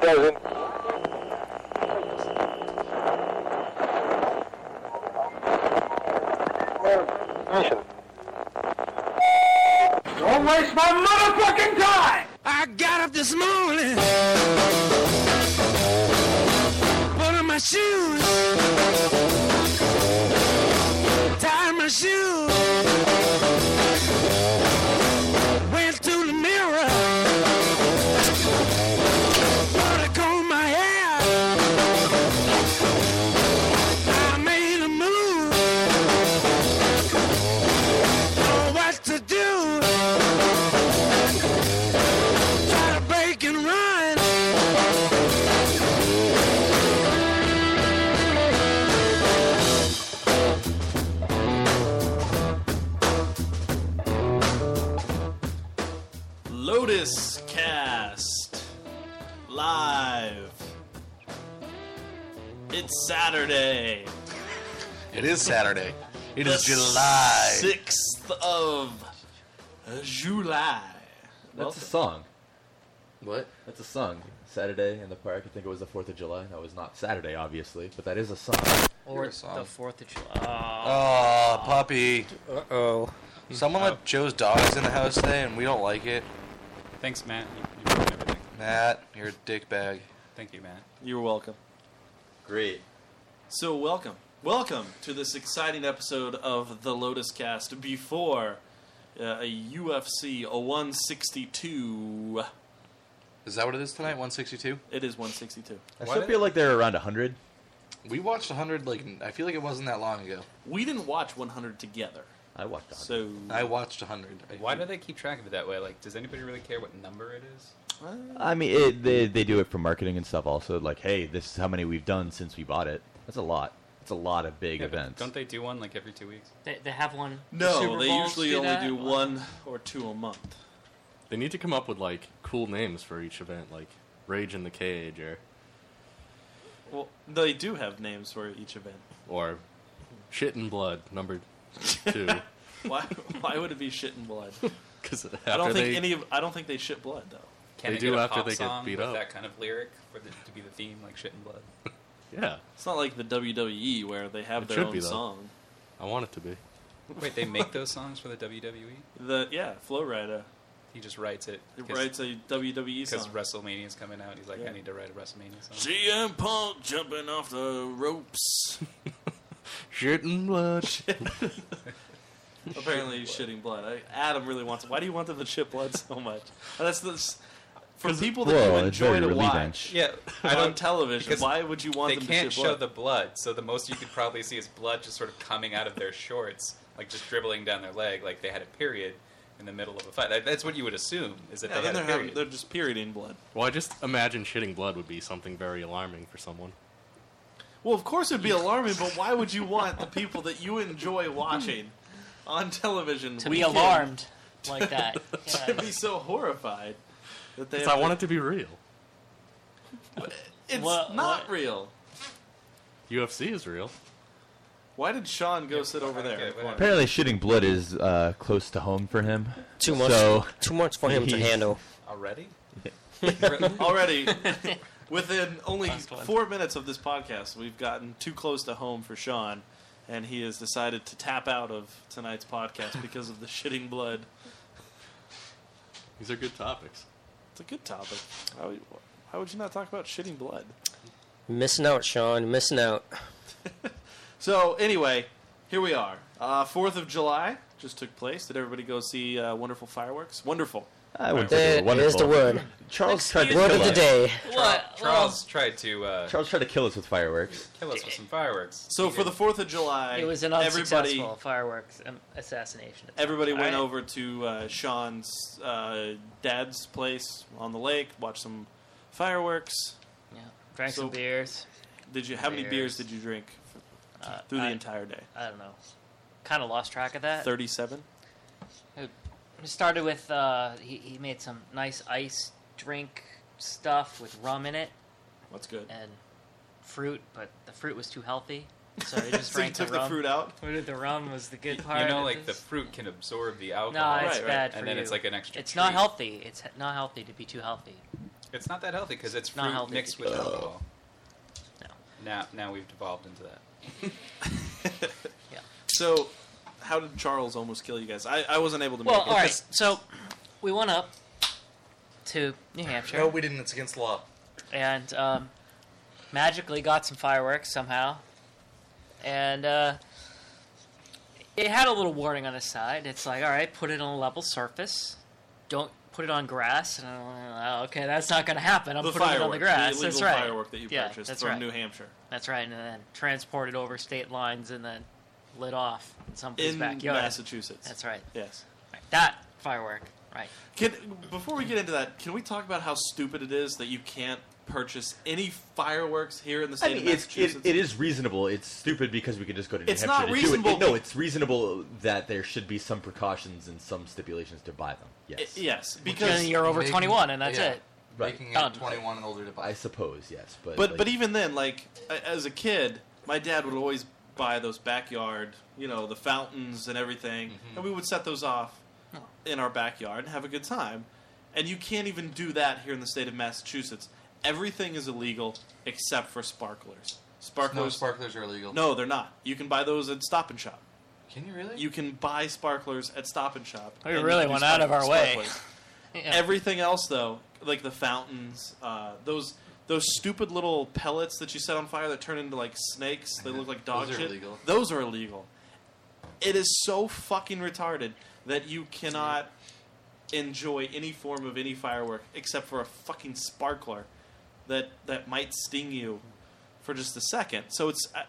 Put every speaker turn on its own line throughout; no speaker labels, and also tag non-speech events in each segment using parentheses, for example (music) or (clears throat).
Present. Mission.
Don't waste my motherfucking time!
I got up this morning, put on my shoes, tied my shoes, went to the mirror, put a comb my hair, I made a move, know what to do try to break and run.
Lotus Cast live. It's Saturday,
It is Saturday. It
the
is July.
sixth of July. Well,
That's a song.
What?
That's a song. Saturday in the park. I think it was the Fourth of July. That was not Saturday, obviously, but that is a song.
Or
a song.
the Fourth of July.
Oh, puppy.
Uh oh.
Someone let Joe's dogs in the house today, and we don't like it.
Thanks, Matt. You, you ruined everything.
Matt, you're a dickbag.
Thank you, Matt.
You're welcome.
Great.
So, welcome. Welcome to this exciting episode of the Lotus Cast before uh, a UFC a 162.
Is that what it is tonight? 162.
It is 162.
I
Why
still
did-
feel like they're around hundred.
We watched 100. Like I feel like it wasn't that long ago.
We didn't watch 100 together.
I walked on.
So
I watched 100. I-
Why do they keep track of it that way? Like, does anybody really care what number it is?
I mean, it, they they do it for marketing and stuff. Also, like, hey, this is how many we've done since we bought it. That's a lot. That's a lot of big
Yeah, but
events.
Don't they do one like every two weeks?
They, they have one. the
no,
Super
they
Bowls
usually
do
only
that.
do one or two a month.
They need to come up with like cool names for each event, like Rage in the Cage or
Well, they do have names for
(laughs)
each event.
or Shit and Blood number
(laughs)
two.
Why? why would it be shit and blood?
Because
I don't think
they,
any of. I don't think they shit blood though.
Can
They
it
do
get a
after
pop
they get
song
beat
with
up.
that kind of lyric for the, to be the theme, like shit and blood.
yeah,
It's not like the WWE where they have
It
their
should
own
be, though.
song.
I want it to be.
Wait, they make those songs for the WWE?
The yeah, Flow Rida
He just writes it
writes a WWE
because
song.
WrestleMania's coming out. He's like,
Yeah.
I need to write a WrestleMania song.
CM Punk jumping off the ropes.
Shit and Blood.
(laughs) Apparently, he's shitting blood. I, Adam really wants. Why do you want them to shit blood so much? That's this. For people that
Well,
you
it's very
enjoy to
relieving.
watch
Yeah, I
on (laughs)
don't.
television,
because
why would you want
They
them to
can't show
shit blood?
the blood, so the most you could probably see is blood just sort of coming out of their shorts, like just dribbling down their leg, like they had a period in the middle of a fight. That- That's what you would assume is that
yeah,
they had
then they're
a
having,
period.
they're just perioding blood.
(laughs) Well, I just imagine shitting blood would be something very alarming for someone.
Well, of course it'd be alarming, but why would you want the people that you enjoy watching on television
To
week
be
in
alarmed
(laughs)
like that.
to (laughs)
Yeah.
be so horrified that they?
'Cause
have
I want it to be real.
It's
Well,
not
what-
real.
UFC is real.
Why did Sean go sit over there?
okay,
in the corner?
Apparently, shitting blood is uh, close to home for him.
Too much.
So
too much for him to
He's-
handle.
Already?
(laughs)
Already, within only four minutes of this podcast, we've gotten too close to home for Sean, and he has decided to tap out of tonight's podcast because of the shitting blood.
These are good topics.
It's a good topic. How, how would you not talk about shitting blood?
Missing out, Sean. Missing out.
So anyway, here we are. Uh, Fourth of July just took place. Did everybody go see uh, wonderful fireworks? Wonderful.
I wouldn't say they
That
were
is
wonderful.
the word.
Charles tried to
Word
kill
of the
us.
day.
What?
Charles tried to uh,
Charles tried to kill us with fireworks.
kill us with some fireworks.
So for the Fourth of July,
Well, it was an
everybody
unsuccessful fireworks um, assassination.
everybody went
Alright.
over to uh, Sean's uh, dad's place on the lake, watched some fireworks.
Yeah. Drank
So-
some beers.
Did you? How many beers
Beers.
did you drink
Uh,
through the
I,
entire day?
I don't know. Kind of lost track of that.
Thirty-seven.
It started with uh, he, he made some nice ice drink stuff with rum in it
That's good.
and fruit, but the fruit was too healthy, so
(laughs)
he just
so you
drank
took
the
the
rum. (laughs)
fruit out.
The rum was the good
You-
part.
you know,
of
like the
this.
fruit can absorb the
No,
alcohol,
Right,
it's
right.
bad for
and then
you.
it's like an extra.
It's not
treat.
healthy. It's not healthy to be too healthy.
It's not that healthy because it's
Not
fruit
healthy.
mixed with alcohol.
No.
Now, now we've devolved into that.
So, how did Charles almost kill you guys? I, I wasn't able to
Well,
make it.
all right. So we went up to New Hampshire
No, we didn't. It's against law.
and um, magically got some fireworks somehow. And uh, it had a little warning on the side. It's like, all right, put it on a level surface. Don't put it on grass. And I'm like, oh, okay, that's not going to happen. I'm
the
putting
firework,
it on the grass.
the
that's
illegal
right.
firework that you
yeah,
purchased
that's
from
right.
New Hampshire.
That's right. And then transported over state lines and then lit off in somebody's
In
backyard.
Massachusetts.
That's right.
Yes.
right. That firework. Right.
Can, before we get into that, can we talk about how stupid it is that you can't purchase any fireworks here in the state
I mean,
of
it's,
Massachusetts?
it, it is reasonable. It's stupid because we could just go to New
It's not
Hampshire to
reasonable.
do it. it. No, it's reasonable that there should be some precautions and some stipulations to buy them. Yes.
I- yes, because
Because you're over
Making-
21 and that's
yeah,
it.
Right.
Making
Done.
it 21 and older to
I
buy.
suppose yes, but
But
like,
but even then, like a- as a kid, my dad would always buy those backyard, you know, the fountains and everything, and we would set those off in our backyard and have a good time. And you can't even do that here in the state of Massachusetts. Everything is illegal except for sparklers.
No,
Sparklers,
sparklers are illegal.
no, they're not. You can buy those at Stop and Shop.
Can you really?
You can buy sparklers at Stop and Shop.
We
and you
really
can do
went out of our way.
sparklers.
Yeah.
Everything else, though, like the fountains, uh, those those stupid little pellets that you set on fire that turn into like snakes, they look like dog
Those are
shit.
illegal.
Those are illegal. It is so fucking retarded that you cannot enjoy any form of any firework except for a fucking sparkler that that might sting you for just a second. So it's uh,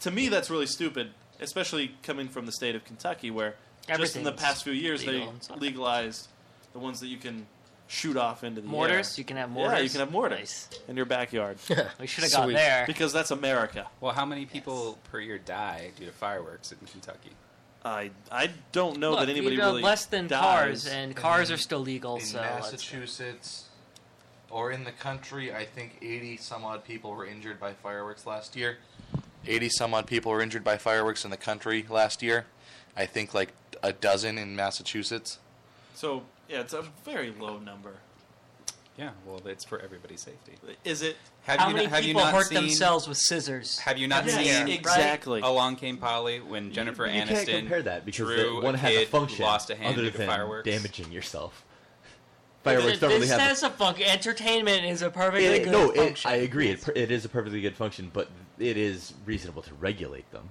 to me that's really stupid, especially coming from the state of Kentucky where just in the
Everything's
past few years
legal in
they
South
legalized the ones that you can shoot off into the
Mortars?
air.
You can have
yeah,
mortars?
you can have mortars
Nice.
in your backyard
(laughs) We should have got
Sweet.
there.
because that's America.
Well, how many people per year die due to fireworks in Kentucky?
I I don't know
Look,
that anybody
we've got
really
less than
dies.
cars, and cars
in-
are still legal.
in
so let's-
Massachusetts or in the country, I think 80 some odd people were injured by fireworks last year. 80 some odd people were injured by fireworks in the country last year. I think like a dozen in Massachusetts.
so yeah, it's a very low number.
Yeah, well, it's for everybody's safety.
Is it?
Have
how
you
many
not, have you
people
not
hurt
seen,
themselves with scissors?
Have you not
Yes,
seen
right?
exactly.
Along Came Polly when Jennifer
you, you
Aniston
can't compare that because
drew
the, one
a
has
kid
a function
who lost a hand
other
due to
than
fireworks.
damaging yourself.
This-
Fireworks don't really
this
have a
has a fun. Entertainment is a perfectly
It-
good
no, it,
function.
I agree. It, per- it is a perfectly good function, but it is reasonable to regulate them.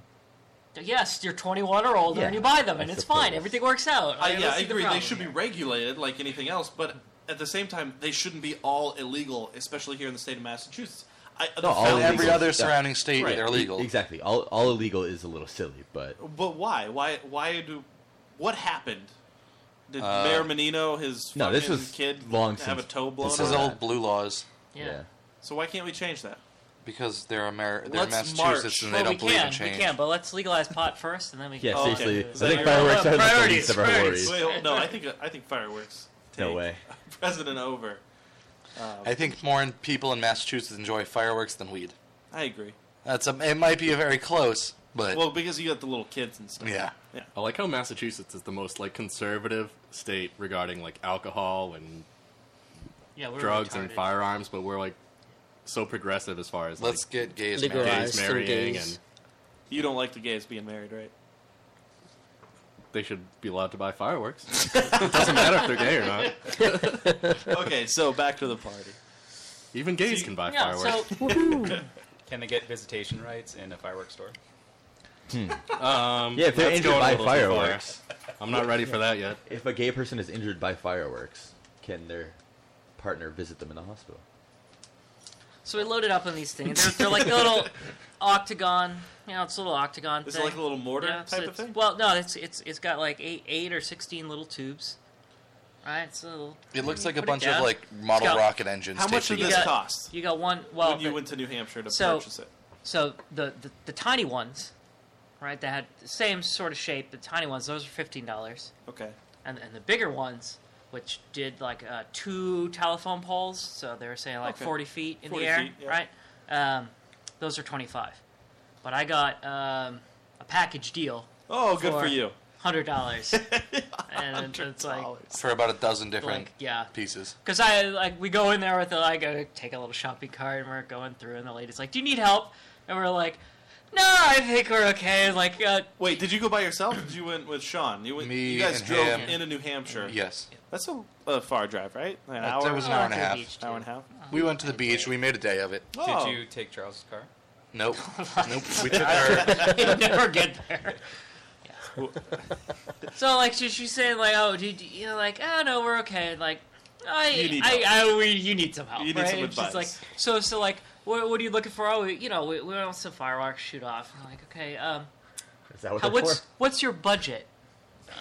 yes, you're 21 or older,
Yeah,
and you buy them,
I
and it's
suppose.
fine. Everything works out.
I,
don't
yeah, I
see the
agree. They
problem
should be
here.
regulated like anything else, but at the same time, they shouldn't be all illegal, especially here in the state of Massachusetts. I, the
all
fountains-
illegal.
Every other
Yeah.
surrounding state,
Right.
they're legal.
E, Exactly. All, all illegal is a little silly, but
But why? Why? Why do? What happened? Did
Uh,
Mayor Menino, his
No, this
fucking
was
kid,
long
have
since-
a toe blown?
This
off?
is old blue laws
Yeah.
yeah.
So why can't we change that?
because they're Amer- they're
Let's march.
Massachusetts and they
Well, we
don't believe
can,
in
we
change.
can, but let's legalize pot
(laughs)
first, and then we
Yeah,
can.
Oh, okay.
seriously.
Is that
I think
your-
fireworks are the
Priorities,
least of our
priorities.
worries.
Wait, hold- no, I think I think fireworks.
No
take
way.
President over. Uh,
I think more in- people in Massachusetts enjoy fireworks than weed.
I agree.
That's a, it might be very close, but
Well, because you got the little kids and stuff.
yeah.
I like how Massachusetts is the most like conservative state regarding like alcohol and
Yeah, we're
drugs and
retarded.
firearms, but we're like so progressive as far as like,
Let's get gays.
Legalize.
married.
gays
Legalized and
marrying
gays.
and
You don't like the gays being married, right?
they should be allowed to
(laughs)
buy fireworks. it doesn't matter if they're gay or not.
okay, so back to the party.
Even gays can buy
Yeah,
fireworks.
so
(laughs)
Can they get visitation rights in a fireworks store?
um,
Yeah, if they're
that's
injured
going
by
a little too far.
fireworks.
I'm not ready for that yet.
If a gay person is injured by fireworks, can their partner visit them in the hospital?
So we loaded up on these things. They're, they're like
(laughs)
a little octagon. You know, it's a little octagon.
Is
thing.
it like a little mortar
Yeah, it's-
type of
it's-
thing?
Well, no, it's it's it's got like eight eight or sixteen little tubes. Right, it's a little.
It looks like a
Put it
bunch
down.
of like model
It's got-
rocket engines.
How much did
taped
this
together.
got-
cost
You got one. Well,
when you
the-
went to New Hampshire to
so-
purchase it?
so the, the the tiny ones, right? That had the same sort of shape. The tiny ones, those are fifteen dollars,
Okay.
and and the bigger ones, which did like uh, two telephone poles, so they were saying like
Okay.
forty feet in
40
the air,
feet, yeah.
right? Um, those are twenty five, but I got um, a package deal
Oh, good for
For-
you. (laughs)
hundred dollars, and it's like
for about a dozen different
like yeah,
pieces.
because I like we go in there with like I take a little shopping cart and we're going through, and the lady's like, "Do you need help?" And we're like, "No, I think we're okay." Like, uh,
Wait, did you go by yourself? or Did you went with Sean? You went.
Me
you guys
and
drove
him.
into New Hampshire.
Yes,
That's a, a far drive, right? An
That-
hour.
that was an hour and a half.
hour and a half.
we went to the beach. We made a day of it.
Oh.
Did you take Charles's car?
(laughs)
Nope, nope. We took our.
(laughs)
you never get there. Yeah. so like she, she's saying like oh did you know like oh no we're okay and, like I
You need
I,
help.
I, we, you need some help
You need
right
some
And she's
advice.
like so so like what, what are you looking for oh we, you know we, we want some fireworks shoot off I'm like okay um
Is that what
how,
they're
what's
for?
what's your budget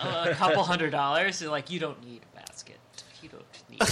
uh, a couple hundred dollars and like you don't need a basket you don't need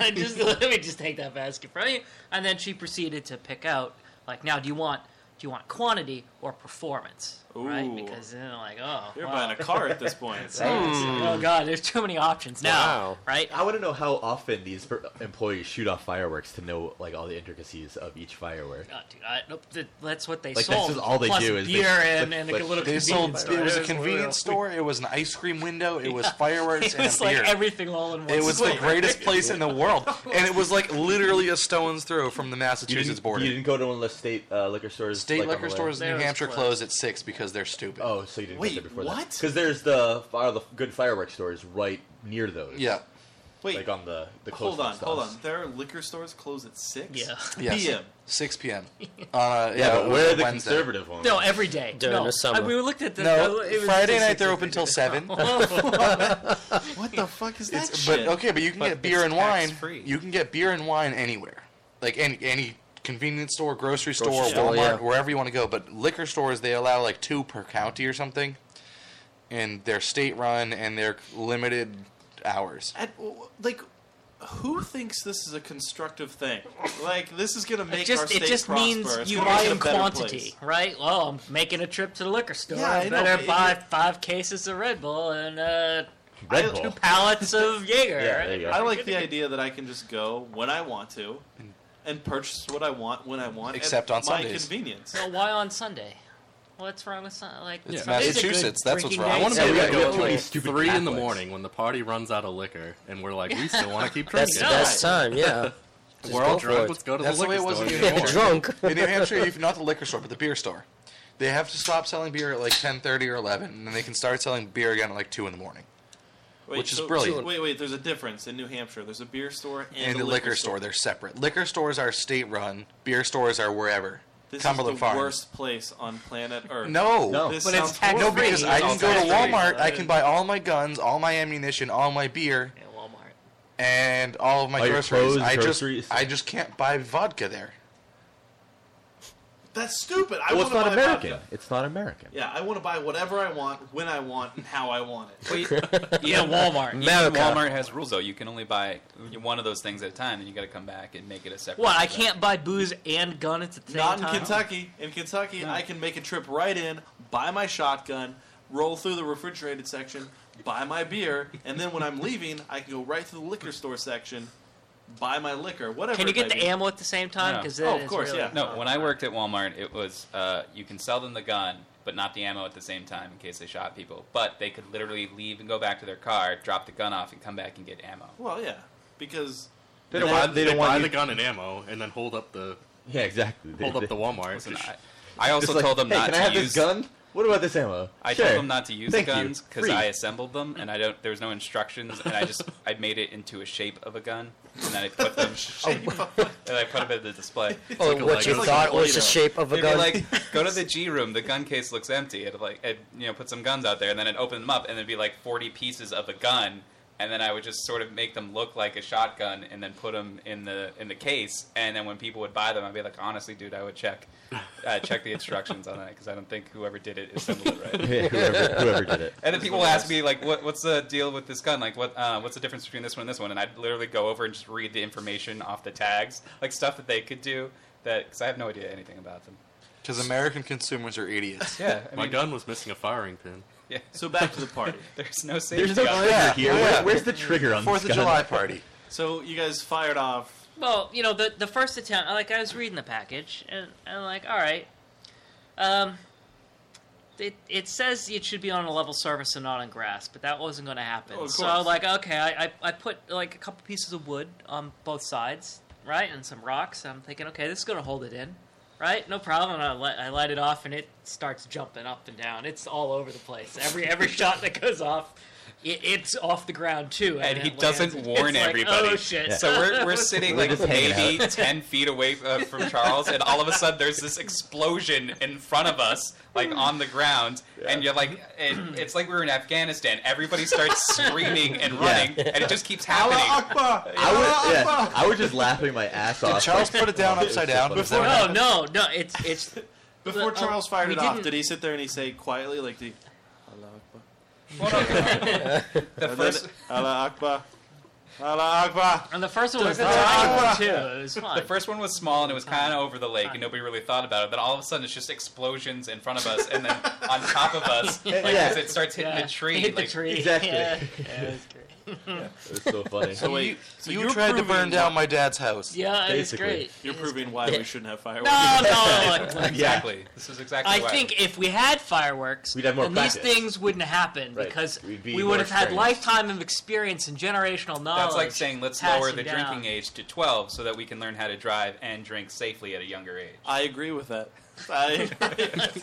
I (laughs) just let me just take that basket from you. And then she proceeded to pick out like now do you want do you want quantity or performance? Right?
Ooh.
Because then like, oh
You're
wow.
buying a car at this
(laughs)
point.
Oh god, there's too many options now.
Wow.
Right? Oh,
I want to know how often these per- employees shoot off fireworks to know like all the intricacies of each firework.
Oh, dude, I, nope, th- that's what they
Like, that's
sold.
just all they
plus
do is they-
beer and,
but-
and
but
a little
They sold.
convenience
It was a
store.
convenience store. It was an ice cream window. It was fireworks
(laughs) It
and
was
a
like
beer.
everything all in one.
It was the
store.
greatest place in the
(laughs)
world, and it was like literally a stone's throw from the
You
Massachusetts
didn't,
border.
you didn't go to one of the state uh, liquor stores.
State
like, on
liquor
the way?
stores in
There
New
was
Hampshire
closed.
close at six because they're stupid.
Oh, so you didn't
Wait,
go there before
what?
Because there's the are the good fireworks stores right near those.
yeah,
Wait,
like on the the close
hold on,
ones to
hold on.
us.
There are liquor stores close at six.
Yeah.
(laughs) Yes.
p.m.
six
(laughs)
p.m. on a,
Yeah,
it
but
was
where
a
are the
Wednesday.
conservative ones?
No, every day.
During
no.
the summer.
I, we looked at the
No,
it was
Friday
just
night they're
like-
open till
(laughs)
seven.
What the fuck is that
It's-
shit?
but okay, but you can
But
get beer
it's
and wine.
tax-free.
You can get beer and wine anywhere, like any any convenience store, grocery store,
store,
Walmart,
yeah.
wherever you want to go. But liquor stores they allow like two per county or something, and they're state run and they're limited hours.
And, w- w- like, who thinks this is a constructive thing? Like, this is gonna make
it just,
our state
it just
prosper.
means
It's
you
gonna
buy
make it a
in
better
quantity,
place.
right? Well, I'm making a trip to the liquor store.
Yeah, I
I
know,
better
but
buy
it-
five cases of Red Bull and uh,
Red
I-
Bull.
two pallets of Jaeger.
Yeah, there you go.
I like the idea that I can just go when I want to, and purchase what I want when I want, at
Except on
my
Sundays.
convenience.
So why on Sunday? What's wrong with Sunday? Like
It's
Sunday's a good
Massachusetts, that's what's
drinking
wrong. I
day.
wanna
So-
be
we
Yeah,
gotta
(laughs)
go
go
at
too many
like
stupid
Three in the
Catholics.
morning when the party runs out of liquor, and we're like, we still want (laughs) to keep
That's
drinking.
Yeah.
that's time. Yeah.
(laughs)
Just
we're
go
all
for
drunk.
it.
Let's go to
That's the
the
way it
liquor
was in
(laughs)
New
store. and get
Yeah,
York.
more.
drunk.
In New Hampshire, if not the liquor store, but the beer store, they have to stop selling beer at like ten thirty or eleven, and then they can start selling beer again at like two in the morning.
Wait,
Which is
so-
brilliant.
Wait, wait. There's a difference in New Hampshire. There's a beer store and,
and
a
the liquor, store. They're separate. Liquor stores are state run. Beer stores are wherever.
This
Cumberland
is the
Farms.
worst place on planet Earth.
No,
No.
This
But it's
sounds
tax-free.
no,
horrible.
because I can
It's
go to
tax-free.
Walmart. I can buy all my guns, all my ammunition, all my beer,
Yeah, Walmart.
and all of my
All your
groceries.
clothes,
I just,
groceries.
I just can't buy vodka there.
That's stupid. I
Well,
want
it's
to
not
buy
American.
vodka.
It's not American.
Yeah, I want to buy whatever I want, when I want, and how I want it.
Wait,
Yeah, Walmart.
America.
Walmart has rules though. You can only buy one of those things at a time, and you got to come back and make it a separate.
What? I
transaction.
can't buy booze and gun at the same
Not in
time.
Kentucky. In Kentucky, I can make a trip right in, buy my shotgun, roll through the refrigerated section, buy my beer, and then when I'm leaving, I can go right to the liquor store section, buy my liquor, whatever.
Can you
it
get
might
the
be.
ammo at the same time?
No.
Because
Oh, of course, yeah.
No, when I worked at Walmart, it was uh, you can sell them the gun, but not the ammo at the same time in case they shot people. But they could literally leave and go back to their car, drop the gun off, and come back and get ammo.
Well, yeah, because
They don't want. They don't
buy
want.
the
You,
gun and ammo, and then hold up the
yeah, exactly. They-
hold
they-
(laughs) up the Walmart.
Listen,
Just-
I, I also
Just like,
told them
hey,
not
can
to
I have
use
this gun? What about this ammo?
I
Sure.
told them
(laughs)
not to use
Thank
the
you.
guns because
Free.
I assembled them, and I don't. There was no instructions, and I just I made it into a shape of a gun, and then I put
(laughs)
them
Oh,
(laughs) and I put them in the display.
Oh,
a
what you
Lego. It's
thought
like a
was the
Play-Doh.
shape of a
They'd
gun.
be like, go to the G room. The gun case looks empty. And like, and, you know, put some guns out there, and then I'd open them up, and there'd be like forty pieces of a gun, and then I would just sort of make them look like a shotgun, and then put them in the in the case, and then when people would buy them, I'd be like, honestly, dude, I would check uh, check the instructions on that because I don't think whoever did it assembled it
(laughs)
right.
Yeah, whoever, whoever did it.
And then people will ask me like, what, "What's the deal with this gun? Like, what uh, what's the difference between this one and this one?" And I'd literally go over and just read the information off the tags, like stuff that they could do that because I have no idea anything about them.
Because American consumers
(laughs)
are idiots.
Yeah, I
my
mean,
gun was missing a firing pin.
Yeah. (laughs)
so back to the party.
There's no safety.
(laughs) There's no
on
trigger
it.
here.
Oh,
Where-
yeah.
where's the trigger on
Fourth
this
of
gun?
July party.
so you guys fired off.
Well, you know, the the first attempt, like I was reading the package, and and like, all right, um, th- it, it says it should be on a level surface and not on grass, but that wasn't going to happen.
Oh, of
so
course.
like, okay, I, I I put like a couple pieces of wood on both sides, right, and some rocks. I'm thinking, okay, this is going to hold it in, right? No problem. And I let I light it off, and it starts jumping up and down. It's all over the place. Every every (laughs) shot that goes off. It, it's off the ground too,
And he
it
doesn't
lands.
warn
It's like,
everybody.
oh shit!
So we're, we're sitting
We're
like
just hanging
maybe ten feet away uh, from Charles, and all of a sudden there's this explosion in front of us, like on the ground, and you're like, it, it's like we were in Afghanistan. Everybody
(laughs)
starts screaming and running, and it just keeps happening.
Akbar!
I was, yeah,
Ah!
I was just laughing my ass off.
Ah, Did (laughs) Charles put it down upside down? Is that what
no,
happened?
no, no! It's
(laughs)
it's
Before
Oh,
Charles fired
we
it off,
didn't-
did he sit there and he say quietly, like the Allah Akbar?
(laughs)
The
And then,
first,
Allah Akbar. Allah Akbar.
and the first one was the
Doesn't
tiny one too. It (laughs) was fine.
the first one was small, and it was kind of over the lake, and nobody really thought about it. Then all of a sudden it's just explosions in front of us, and then on top of
(laughs)
us, like
Yeah.
as it starts hitting
Yeah.
the tree,
Hit
like
the tree.
Exactly.
Yeah. (laughs) Yeah, it
It
was great.
was so funny.
So wait,
you
you
were
tried to
proving
burn down my dad's house.
Yeah, it was
Basically.
great.
You're
It was
proving why we shouldn't have
great.
fireworks.
No,
(laughs)
no. no, like,
exactly. This is exactly.
(laughs) I
why.
think if we had fireworks,
We'd have more
then
practice.
these things wouldn't happen
Right.
because
We'd be
we
more
would have had
experienced.
lifetime of experience and generational knowledge.
That's like saying let's lower the
Oh, passing down.
drinking age to 12 so that we can learn how to drive and drink safely at a younger age.
(laughs) I agree with that. I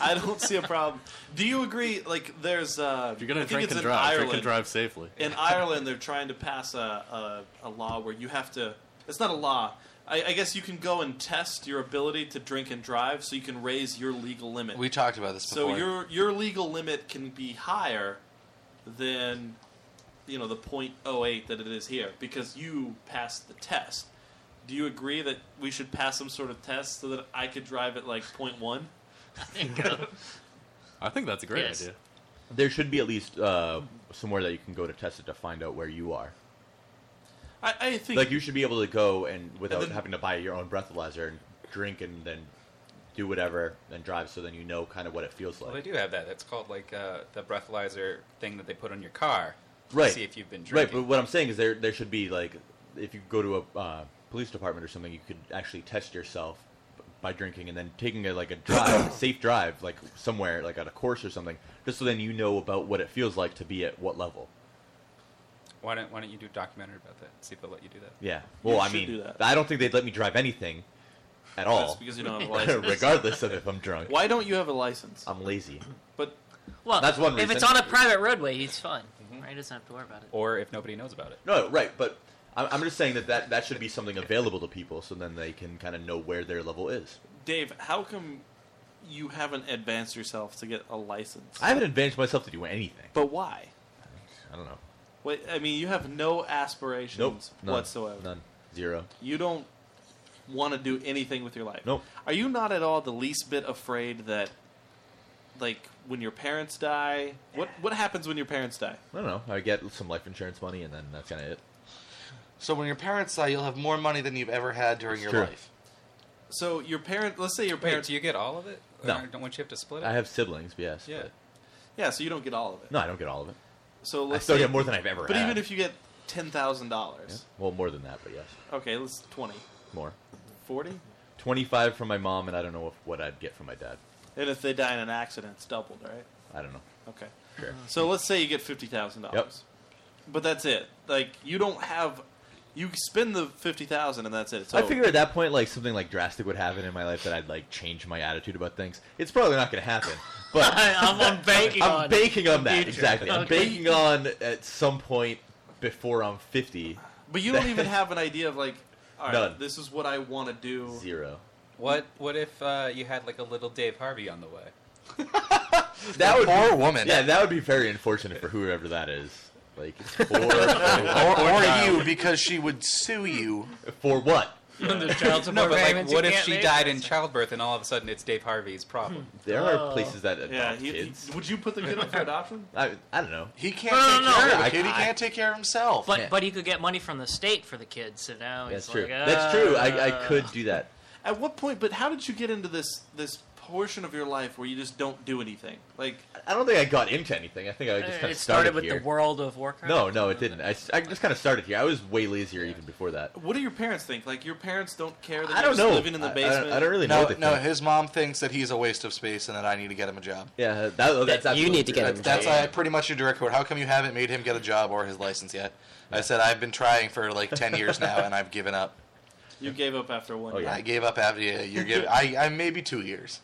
(laughs) I don't see a problem. Do you agree? Like, there's uh,
If you're gonna
I think
drink
it's
and
in
drive, drink and
Ireland.
drive safely.
in Ireland, they're trying to pass a, a, a law where you have to. It's not a law. I, I guess you can go and test your ability to drink and drive, so you can raise your legal limit.
We talked about this
so
before.
your your legal limit can be higher than you know the .08 that it is here because you passed the test. Do you agree that we should pass some sort of test so that I could drive at like .1?
I think that's a great
Yes.
idea.
There should be at least uh, somewhere that you can go to test it to find out where you are.
I, I think
Like you should be able to go and without
then-
having to buy your own breathalyzer and drink and then do whatever and drive, so then you know kind of what it feels
Well, they
like.
do have that. It's called like uh, the breathalyzer thing that they put on your car to
Right.
see if you've been
Right,
drinking.
but what I'm saying is there there should be like if you go to a uh, police department or something, you could actually test yourself b- by drinking and then taking a, like a drive, safe drive, like somewhere like at a course or something, just so then you know about what it feels like to be at what level.
why don't Why don't you do a documentary about that? See if they'll let you do that.
Yeah. Well, I
should
mean,
do that.
I don't think they'd let me drive anything at
that's
all,
because you
(laughs)
don't have a license.
regardless of if I'm drunk.
Why don't you have a license?
I'm lazy.
But
Well,
That's one
If it's
reason.
on a private roadway, he's fine.
Mm-hmm.
Right? He doesn't have to worry
(laughs)
about it.
Or if nobody knows about it.
No, right, but I'm, I'm just saying that, that that should be something available to people, so then they can kind of know where their level is.
Dave, how come you haven't advanced yourself to get a license?
I haven't advanced myself to do anything.
but why?
I don't know.
Wait, I mean, you have no
Nope.
aspirations
None,
whatsoever.
None. Zero.
You don't want to do anything with your life.
Nope.
Are you not at all the least bit afraid that, like, when your parents die, what what happens when your parents die?
I don't know. I get some life insurance money, and then that's kind of it.
So when your parents die, you'll have more money than you've ever had during
It's
your
true.
life.
So your parent, let's say your
Wait,
parents,
do you get all of it?
No.
Or Don't want you have to split it?
I have siblings, but yes.
Yeah.
but-
yeah, so you don't get all of it.
no, I don't get all of it.
So
I
let's
still
say,
get more than I've ever
but
had.
even if you get ten thousand
Yeah.
dollars,
Well, more than that, but yes,
okay, let's twenty,
more.
forty,
Twenty-five from my mom, and I don't know if, what I'd get from my dad.
and if they die in an accident, it's doubled, right?
I don't know.
Okay.
Sure.
So let's say you get fifty thousand dollars, but that's it. Like you don't have, you spend the fifty thousand and that's it. So
I figure at that point, like something like drastic would happen in my life that I'd like change my attitude about things. It's probably not going to happen, but
(laughs) I, I'm, I'm banking on
I'm
it.
baking on that
Future.
exactly. I'm
Okay.
baking on at some point before I'm 50,
but you don't even have an idea of like, all right,
None.
this is what I want to do.
zero.
What What if uh, you had like a little Dave Harvey on the way?
That would
Poor
be,
woman.
(laughs) yeah, that would be very unfortunate for whoever that is. Like
Or,
(laughs)
for
or you, because she would sue you.
for what?
The child support
No, but like,
payments you
what if
can't
she
make.
died in childbirth and all of a sudden it's Dave Harvey's problem?
There
Oh.
are places that adopt
Yeah, he,
kids. (laughs)
he- would you put the kid up for adoption?
I, I don't know.
He can't
No, no,
take
no,
care of
I-
a kid. He
I-
can't take care of himself.
But
Yeah.
but he could get money from the state for the kids, so now
That's
he's
true.
like,
That's true. I, I
uh,
could do that.
At what point? But how did you get into this this portion of your life where you just don't do anything. Like
I don't think I got into anything. I think I just kind
it
of
started
started
with
here.
the World of Warcraft.
no, no, it didn't. I, s- I just kind of started here. I was way lazier even before that.
What do your parents think? Like your parents don't care that
I
you're
don't
just
know.
living in the
I- I don't-
basement.
I, don't really know.
No,
what they
no,
think.
his mom thinks that he's a waste of space and that I need to get him a job.
Yeah, that, oh, that's absolutely
need to
true.
get him
That's uh, pretty much your direct quote. How come you haven't made him get a job or his license yet? I said I've been trying for like ten years now and I've given up.
You gave up after one.
Oh, yeah.
I gave up after you. You're giving. I, I maybe two years.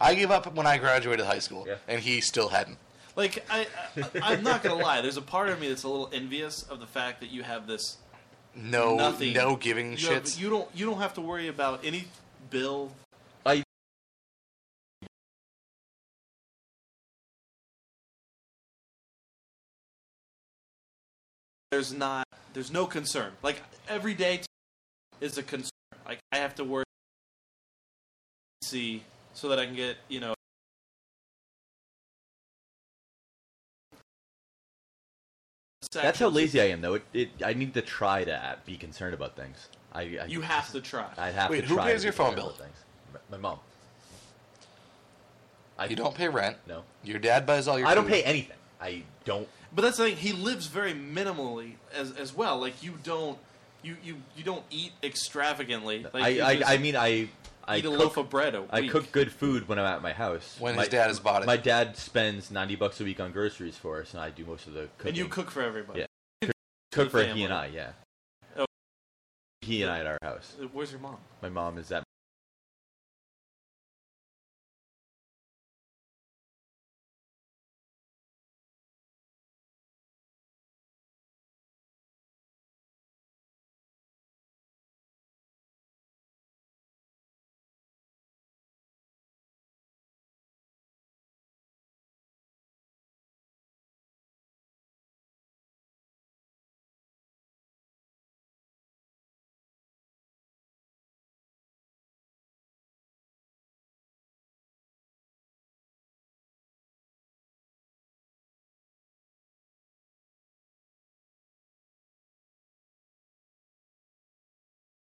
I gave up when I graduated high school,
Yeah.
and he still hadn't.
Like I, I, I'm not gonna lie. There's a part of me that's a little envious of the fact that you have this.
No,
Nothing.
no giving
You, have-
shits.
you don't. You don't have to worry about any bill. There's not. There's no concern. Like every day is a concern. Like I have to work. See, so that I can get you know.
That's how lazy I am, though. It, it, I need to try to uh, be concerned about things. I, I
You have to try.
I have
Wait,
to
who
try
pays
to be
your phone
concerned
bill?
about Things. M- My mom. I
you don't pay rent.
No,
Your dad buys all your.
I don't
food.
pay anything. I don't.
But that's the thing. He lives very minimally as as well. Like you don't you you, you don't eat extravagantly. Like you
I,
just
I, I mean, I. I
eat a
cook,
loaf of bread a week.
I cook good food when I'm at my house.
When
my,
his dad has bought it.
My dad spends ninety bucks a week on groceries for us, and I do most of the cooking.
and you cook for everybody.
Yeah. cook for
family.
he and I, yeah.
Oh.
He and I at our house.
Uh, Where's your mom?
My mom is at.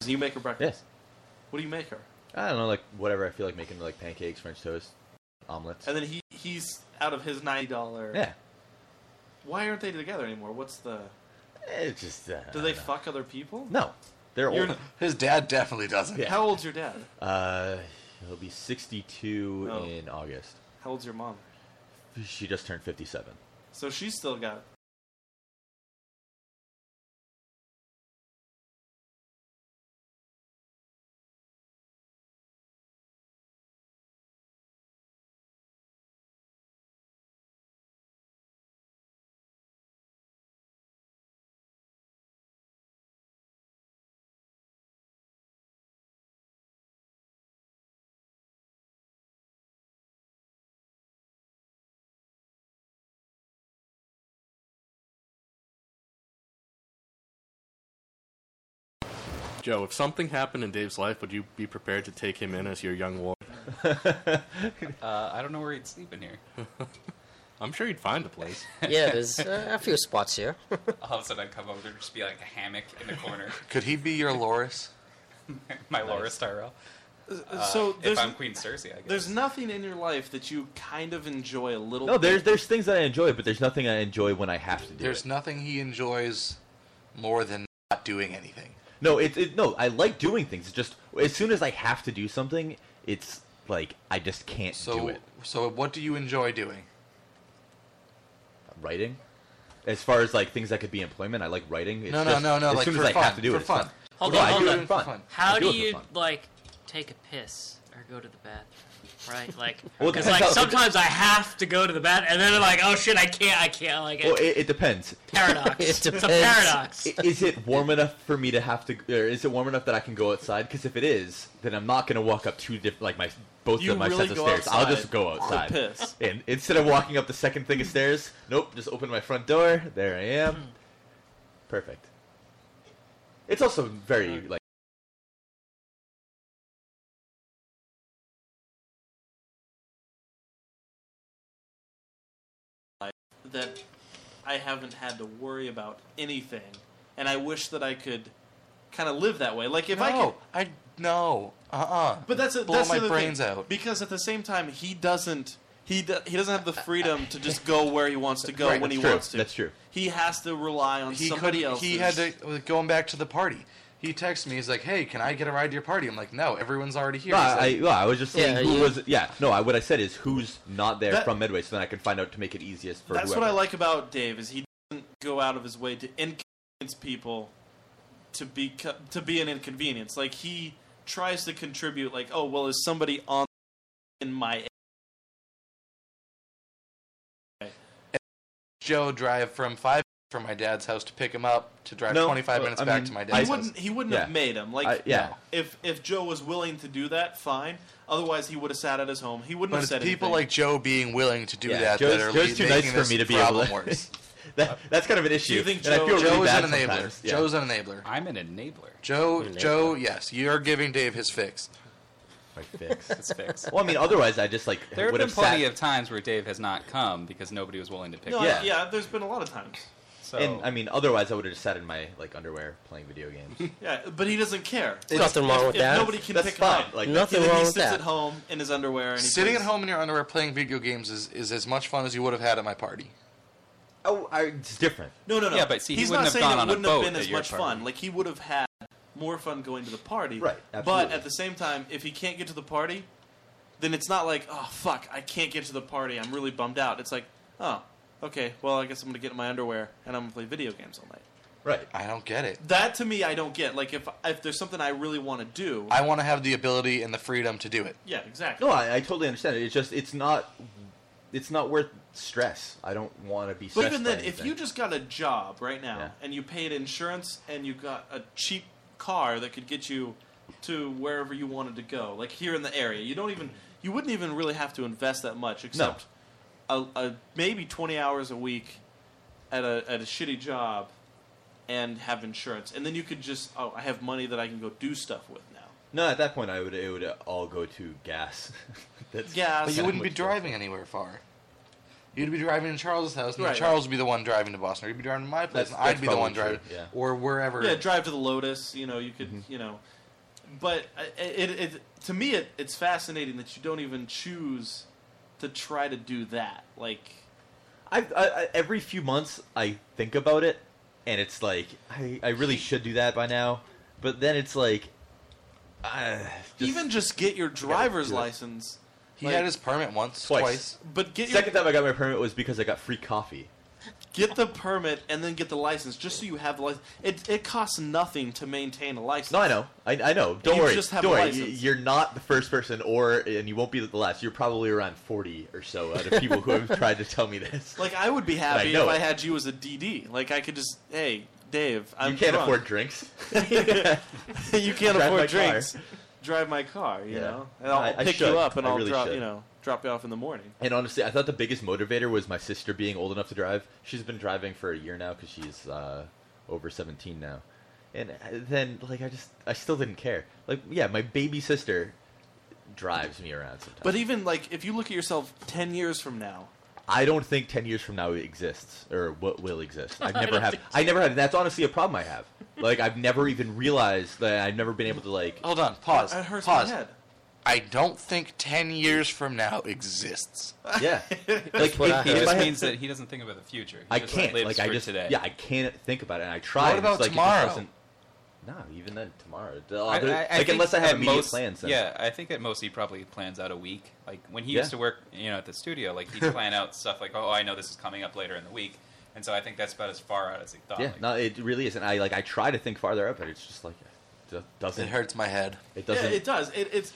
You make her breakfast.
Yes.
What do you make her?
I don't know, like whatever I feel like making, like pancakes, French toast, omelets.
And then he he's out of his ninety dollar.
Yeah,
Why aren't they together anymore? What's the?
it's just. Uh,
Do they
I don't know.
fuck other people?
No, they're
You're-
old.
His dad definitely doesn't.
(laughs) Yeah.
How old's your dad?
Uh, he'll be 62
Oh.
in August.
How old's your mom?
She just turned 57.
So she's still got.
Joe, if something happened in Dave's life, would you be prepared to take him in as your young ward?
Hmm.
Uh, I don't know where he'd sleep in here.
I'm sure he'd find a place.
Yeah, there's uh, a few spots here.
All of a sudden, I'd come over and just be like a hammock in the corner.
(laughs)
Could he be your Loris?
My Laura Starrell.
Uh, so
If
there's
I'm Queen Cersei, I guess.
there's nothing in your life that you kind of enjoy a little.
No,
bit.
there's there's things that I enjoy, but there's nothing I enjoy when I have to do.
There's
it.
nothing he enjoys more than not doing anything.
no, it, it no. I like doing things. It's just as soon as I have to do something, it's like I just can't do
So,
it.
so what do you enjoy doing?
Writing, as far as like things that could be employment, I like writing. It's
no,
just,
no, no, no.
As
Like
soon
for
as I
fun,
have to do
for
it, it's
fun.
fun.
(laughs) Hold
No,
on,
I
hold
do
on.
it for fun.
How
I
do
it for
you
fun.
like take a piss or go to the bathroom?
(laughs)
Right, like
Well, it
because
depends
like
how-
sometimes I have to go to the bathroom, and then I'm like, oh shit, I can't, I can't, like
Well,
it,
it, it depends. (laughs)
paradox.
it
it's a
depends.
paradox.
I- Is it warm enough for me to have to? Or is it warm enough that I can go outside? Because if it is, then I'm not going to walk up two different like my both
You
of my
really
sets of
go
stairs. I'll just
outside
go
to
outside
piss.
And instead of walking up the second thing of stairs, nope, just open my front door. There I am. Perfect. It's also very like
that I haven't had to worry about anything, and I wish that I could kind of live that way. Like if I could,
No, I no. Uh uh
but that's a,
blow
that's
my
the other
brains
thing,
out.
because at the same time he doesn't he do, he doesn't have the freedom to just go where he wants to go
Right,
when
that's
he
true.
wants to.
That's true.
He has to rely on
He
somebody
could.
else.
He had to going back to the party. He texts me. He's like, "Hey, can I get a ride to your party?" I'm like, "No, everyone's already here."
No,
He's
I, I,
like,
no, I was just saying
Yeah,
who
you-
was. Yeah, no, I, what I said is who's not there
That-
from Midway, so then I can find out to make it easiest for.
That's
whoever.
what I like about Dave is he doesn't go out of his way to inconvenience people to be to be an inconvenience. Like he tries to contribute. Like oh well, is somebody on in my
Joe drive from five from my dad's house to pick him up to drive
No,
25
well,
minutes
I
back
mean,
to my
I
he
dad's house.
wouldn't he wouldn't have
Yeah.
made him like
I- yeah.
if if Joe was willing to do that fine otherwise he would have sat at his home he wouldn't
But
have
it's
said
people
anything.
like Joe being willing to do
Yeah,
that
Joe's,
that are
Joe's
le-
too nice
making
for
this
me to be able
problem
to. (laughs)
worse.
that, that's kind of an issue.
you think
and I
Joe-
feel really
Joe's
bad
an enabler.
sometimes. Yeah. (laughs)
Joe's an enabler.
I'm an enabler.
Joe,
Enabler.
Joe, yes, you're giving Dave his fix.
My fix.
It's (laughs) fixed.
Well, I mean, otherwise I just like
There have
would
been
have
plenty
sat,
of times where Dave has not come because nobody was willing to pick
no,
him.
yeah.
yeah. yeah there's been a lot of times
So
and I mean, otherwise I would have just sat in my like underwear playing video games.
yeah but he doesn't care
There's nothing wrong
(laughs)
with
if
that.
nobody can
That's
pick
fine.
him up
Like
Nothing
he,
wrong
he
with
sits
that.
at home in his underwear and he
Sitting at
plays-
home in your underwear playing video games is, is as much fun as you would have had at my party.
oh, I, it's different.
No, no, no.
Yeah, but see, he
he's
wouldn't
not
have
saying
gone
it
on a
wouldn't
boat
have been
at
as
your
much
party.
fun. Like he would have had more fun going to the party.
Right,
But
absolutely.
at the same time, if he can't get to the party, then it's not like, oh fuck, I can't get to the party. I'm really bummed out. It's like, oh, okay, well, I guess I'm gonna get in my underwear and I'm gonna play video games all night.
Right.
I don't get it.
That to me, I don't get. Like if if there's something I really want to do,
I want to have the ability and the freedom to do it.
yeah, exactly.
No, I, I totally understand it. It's just it's not it's not worth stress. I don't want to be.
But
stressed
even
by
then, if
anything.
you just got a job right now
Yeah.
and you paid insurance and you got a cheap car that could get you to wherever you wanted to go, like here in the area, you don't even you wouldn't even really have to invest that much, except a, a maybe twenty hours a week at a at a shitty job and have insurance, and then you could just oh, I have money that I can go do stuff with now.
no, at that point I would it would all go to gas. (laughs) That's
Gas.
But
Yeah,
you wouldn't be
much
driving anywhere far. You'd be driving to Charles's house, and then
Right.
Charles would be the one driving to Boston, or you'd be driving to my
That's-
place, and
that's
I'd be the one
probably
driving,
true, yeah.
or wherever.
Yeah, drive to the Lotus. You know, you could,
Mm-hmm.
you know, but I- it, it, it to me it, it's fascinating that you don't even choose to try to do that. Like,
I, I, I every few months I think about it, and it's like I, I really should do that by now, but then it's like, (sighs) uh,
even just get your driver's
do it.
license.
he
like-
had his permit once,
Twice.
twice.
But get your,
second time I got my permit was because I got free coffee.
get the permit and then get the license just so you have the license. It it costs nothing to maintain a license.
No, I know, I, I know. Don't
you
worry,
just have
don't
a
worry.
license.
Y- You're not the first person, or and you won't be the last. You're probably around forty or so out of people
(laughs)
who have tried to tell me this.
Like I would be happy
know
if I
it.
had you as a DD. Like I could just hey Dave, I'm
you can't
drunk.
afford drinks.
(laughs)
(laughs)
you can't
Drive my
afford
car.
drinks. Drive my car, you
Yeah.
know, and I'll
I- I
pick
should.
you up and
I
I'll
really
drop,
should.
you know, drop you off in the morning.
And honestly, I thought the biggest motivator was my sister being old enough to drive. She's been driving for a year now because she's uh, over 17 now. And uh, then, like, I just, I still didn't care. Like, yeah, my baby sister drives me around sometimes.
But even like, if you look at yourself ten years from now,
I don't think 10 years from now it exists or what will exist. I've never have, I never have. That's honestly a problem I have. Like, I've never even realized that I've never been able to, like,
Oh.
Hold on, pause.
it hurts
pause.
my
(laughs)
head.
I don't think ten years from now exists.
(laughs)
yeah.
(laughs)
Like,
what
in-
I
in
he
my
just
head-
means that he doesn't think about the future. He
I
just
can't.
Lives
Like, I
for
just,
today.
yeah, I can't think about it. And I try. and
about
it's like, it just
tomorrow?
doesn't- No, even then tomorrow. The-
I-
other-
I- I
like
think
unless I
at
have immediate
most-
plans. Then.
Yeah, I think at most he probably plans out a week. Like when he
Yeah.
used to work, you know, at the studio, like he'd plan (laughs) out stuff like, oh, I know this is coming up later in the week, and so I think that's about as far out as he thought.
Yeah.
like,
No, it really isn't. I like I try to think farther out, but it's just like it do- doesn't.
It hurts my head.
It
Yeah,
doesn't.
it does. It, it's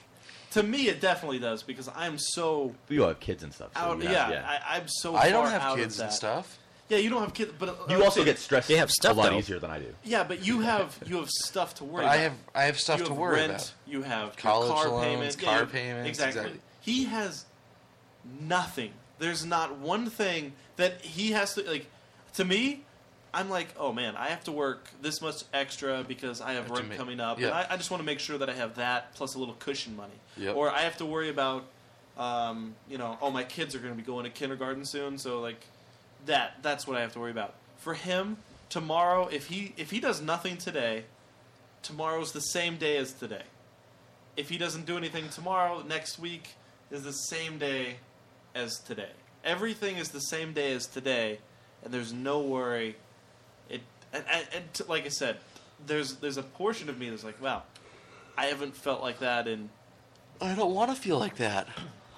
to me, it definitely does because I'm so
you have kids and stuff. So
out.
you
Oh, Yeah,
have-
I, I'm so.
I don't
far out
have
of
kids and
that.
stuff.
Yeah, you don't have kids, but uh,
you also
so-
get stressed.
They have stuff,
a lot
though.
easier than I do.
Yeah, but you have you have stuff to worry.
But I
about.
have I have stuff
you
to
have
worry
rent,
about.
You have your
College
car
loans,
payments,
car
yeah, you-
payments,
Exactly.
exactly.
He has nothing. There's not one thing that he has to like. To me, I'm like, oh man, I have to work this much extra because I have
To
rent
me-
coming up,
yeah.
and I, I just want to make sure that I have that plus a little cushion money.
Yep.
Or I have to worry about, um, you know, oh my kids are going to be going to kindergarten soon, so like that that's what I have to worry about. For him, tomorrow, if he if he does nothing today, tomorrow's the same day as today. If he doesn't do anything tomorrow, next week is the same day as today. Everything is the same day as today, and there's no worry. It and, and, and t- like I said, there's there's a portion of me that's like, wow, I haven't felt like that in
I don't want to feel like that.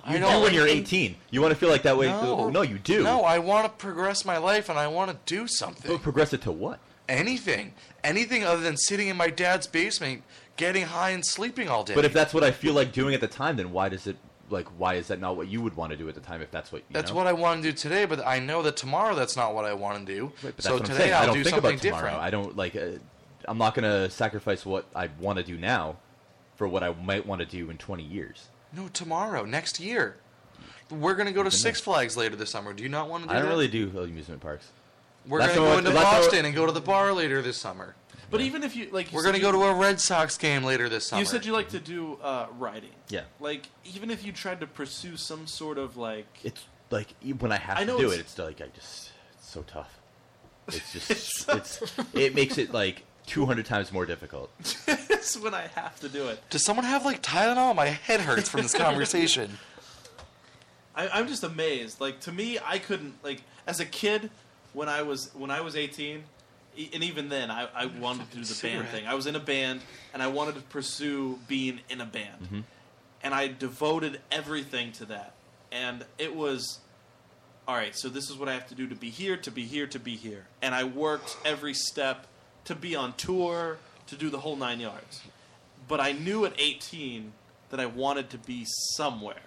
I
You
don't
do when you're 18. You want to feel like that way?
No.
no you do.
No, I want to progress my life and I want to do something.
But progress it to what?
Anything. Anything other than sitting in my dad's basement, getting high and sleeping all day.
But if that's what I feel like doing at the time, then why does it like why is that not what you would want to do at the time? If that's what you
that's
know?
what I want to do today, but I know that tomorrow that's not what I want to do.
Right, but that's
so
what I'm
today
saying.
I'll
I don't
do
think
something
about tomorrow.
different.
I don't like. Uh, I'm not gonna sacrifice what I want to do now for what I might want to do in 20 years.
No, tomorrow, next year. We're gonna go to Six Flags later this summer. Do you not want to do
I don't
that?
really do amusement parks.
We're
That's
gonna
what-
go into
that's what-
Boston and go to the bar later this summer.
But even if you like, you
We're
said
gonna
you-
go to a Red Sox game later this summer.
You said you like to do uh, writing.
Yeah.
Like even if you tried to pursue some sort of like,
It's like e- when I have
I know
to do
it's-
it, it's like I just it's so
(laughs)
tough. It's just it's it makes it like 200 times more difficult.
(laughs) it's when I have to do it.
Does someone have like Tylenol? My head hurts from this conversation.
I, I'm just amazed. Like to me, I couldn't like as a kid when I was when I was 18, e- and even then, I, I wanted to do the band thing. I was in a band, and I wanted to pursue being in a band, and I devoted everything to that. And it was, all right. So this is what I have to do to be here, to be here, to be here. And I worked every step to be on tour, to do the whole nine yards but I knew at 18 that I wanted to be somewhere.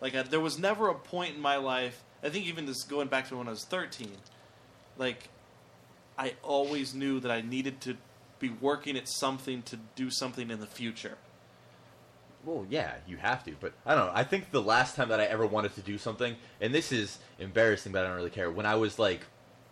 Like I, there was never a point in my life. I think even this going back to when I was 13, like I always knew that I needed to be working at something to do something in the future.
Well, yeah, you have to, but I don't know. I think the last time that I ever wanted to do something, and this is embarrassing, but I don't really care. When I was like,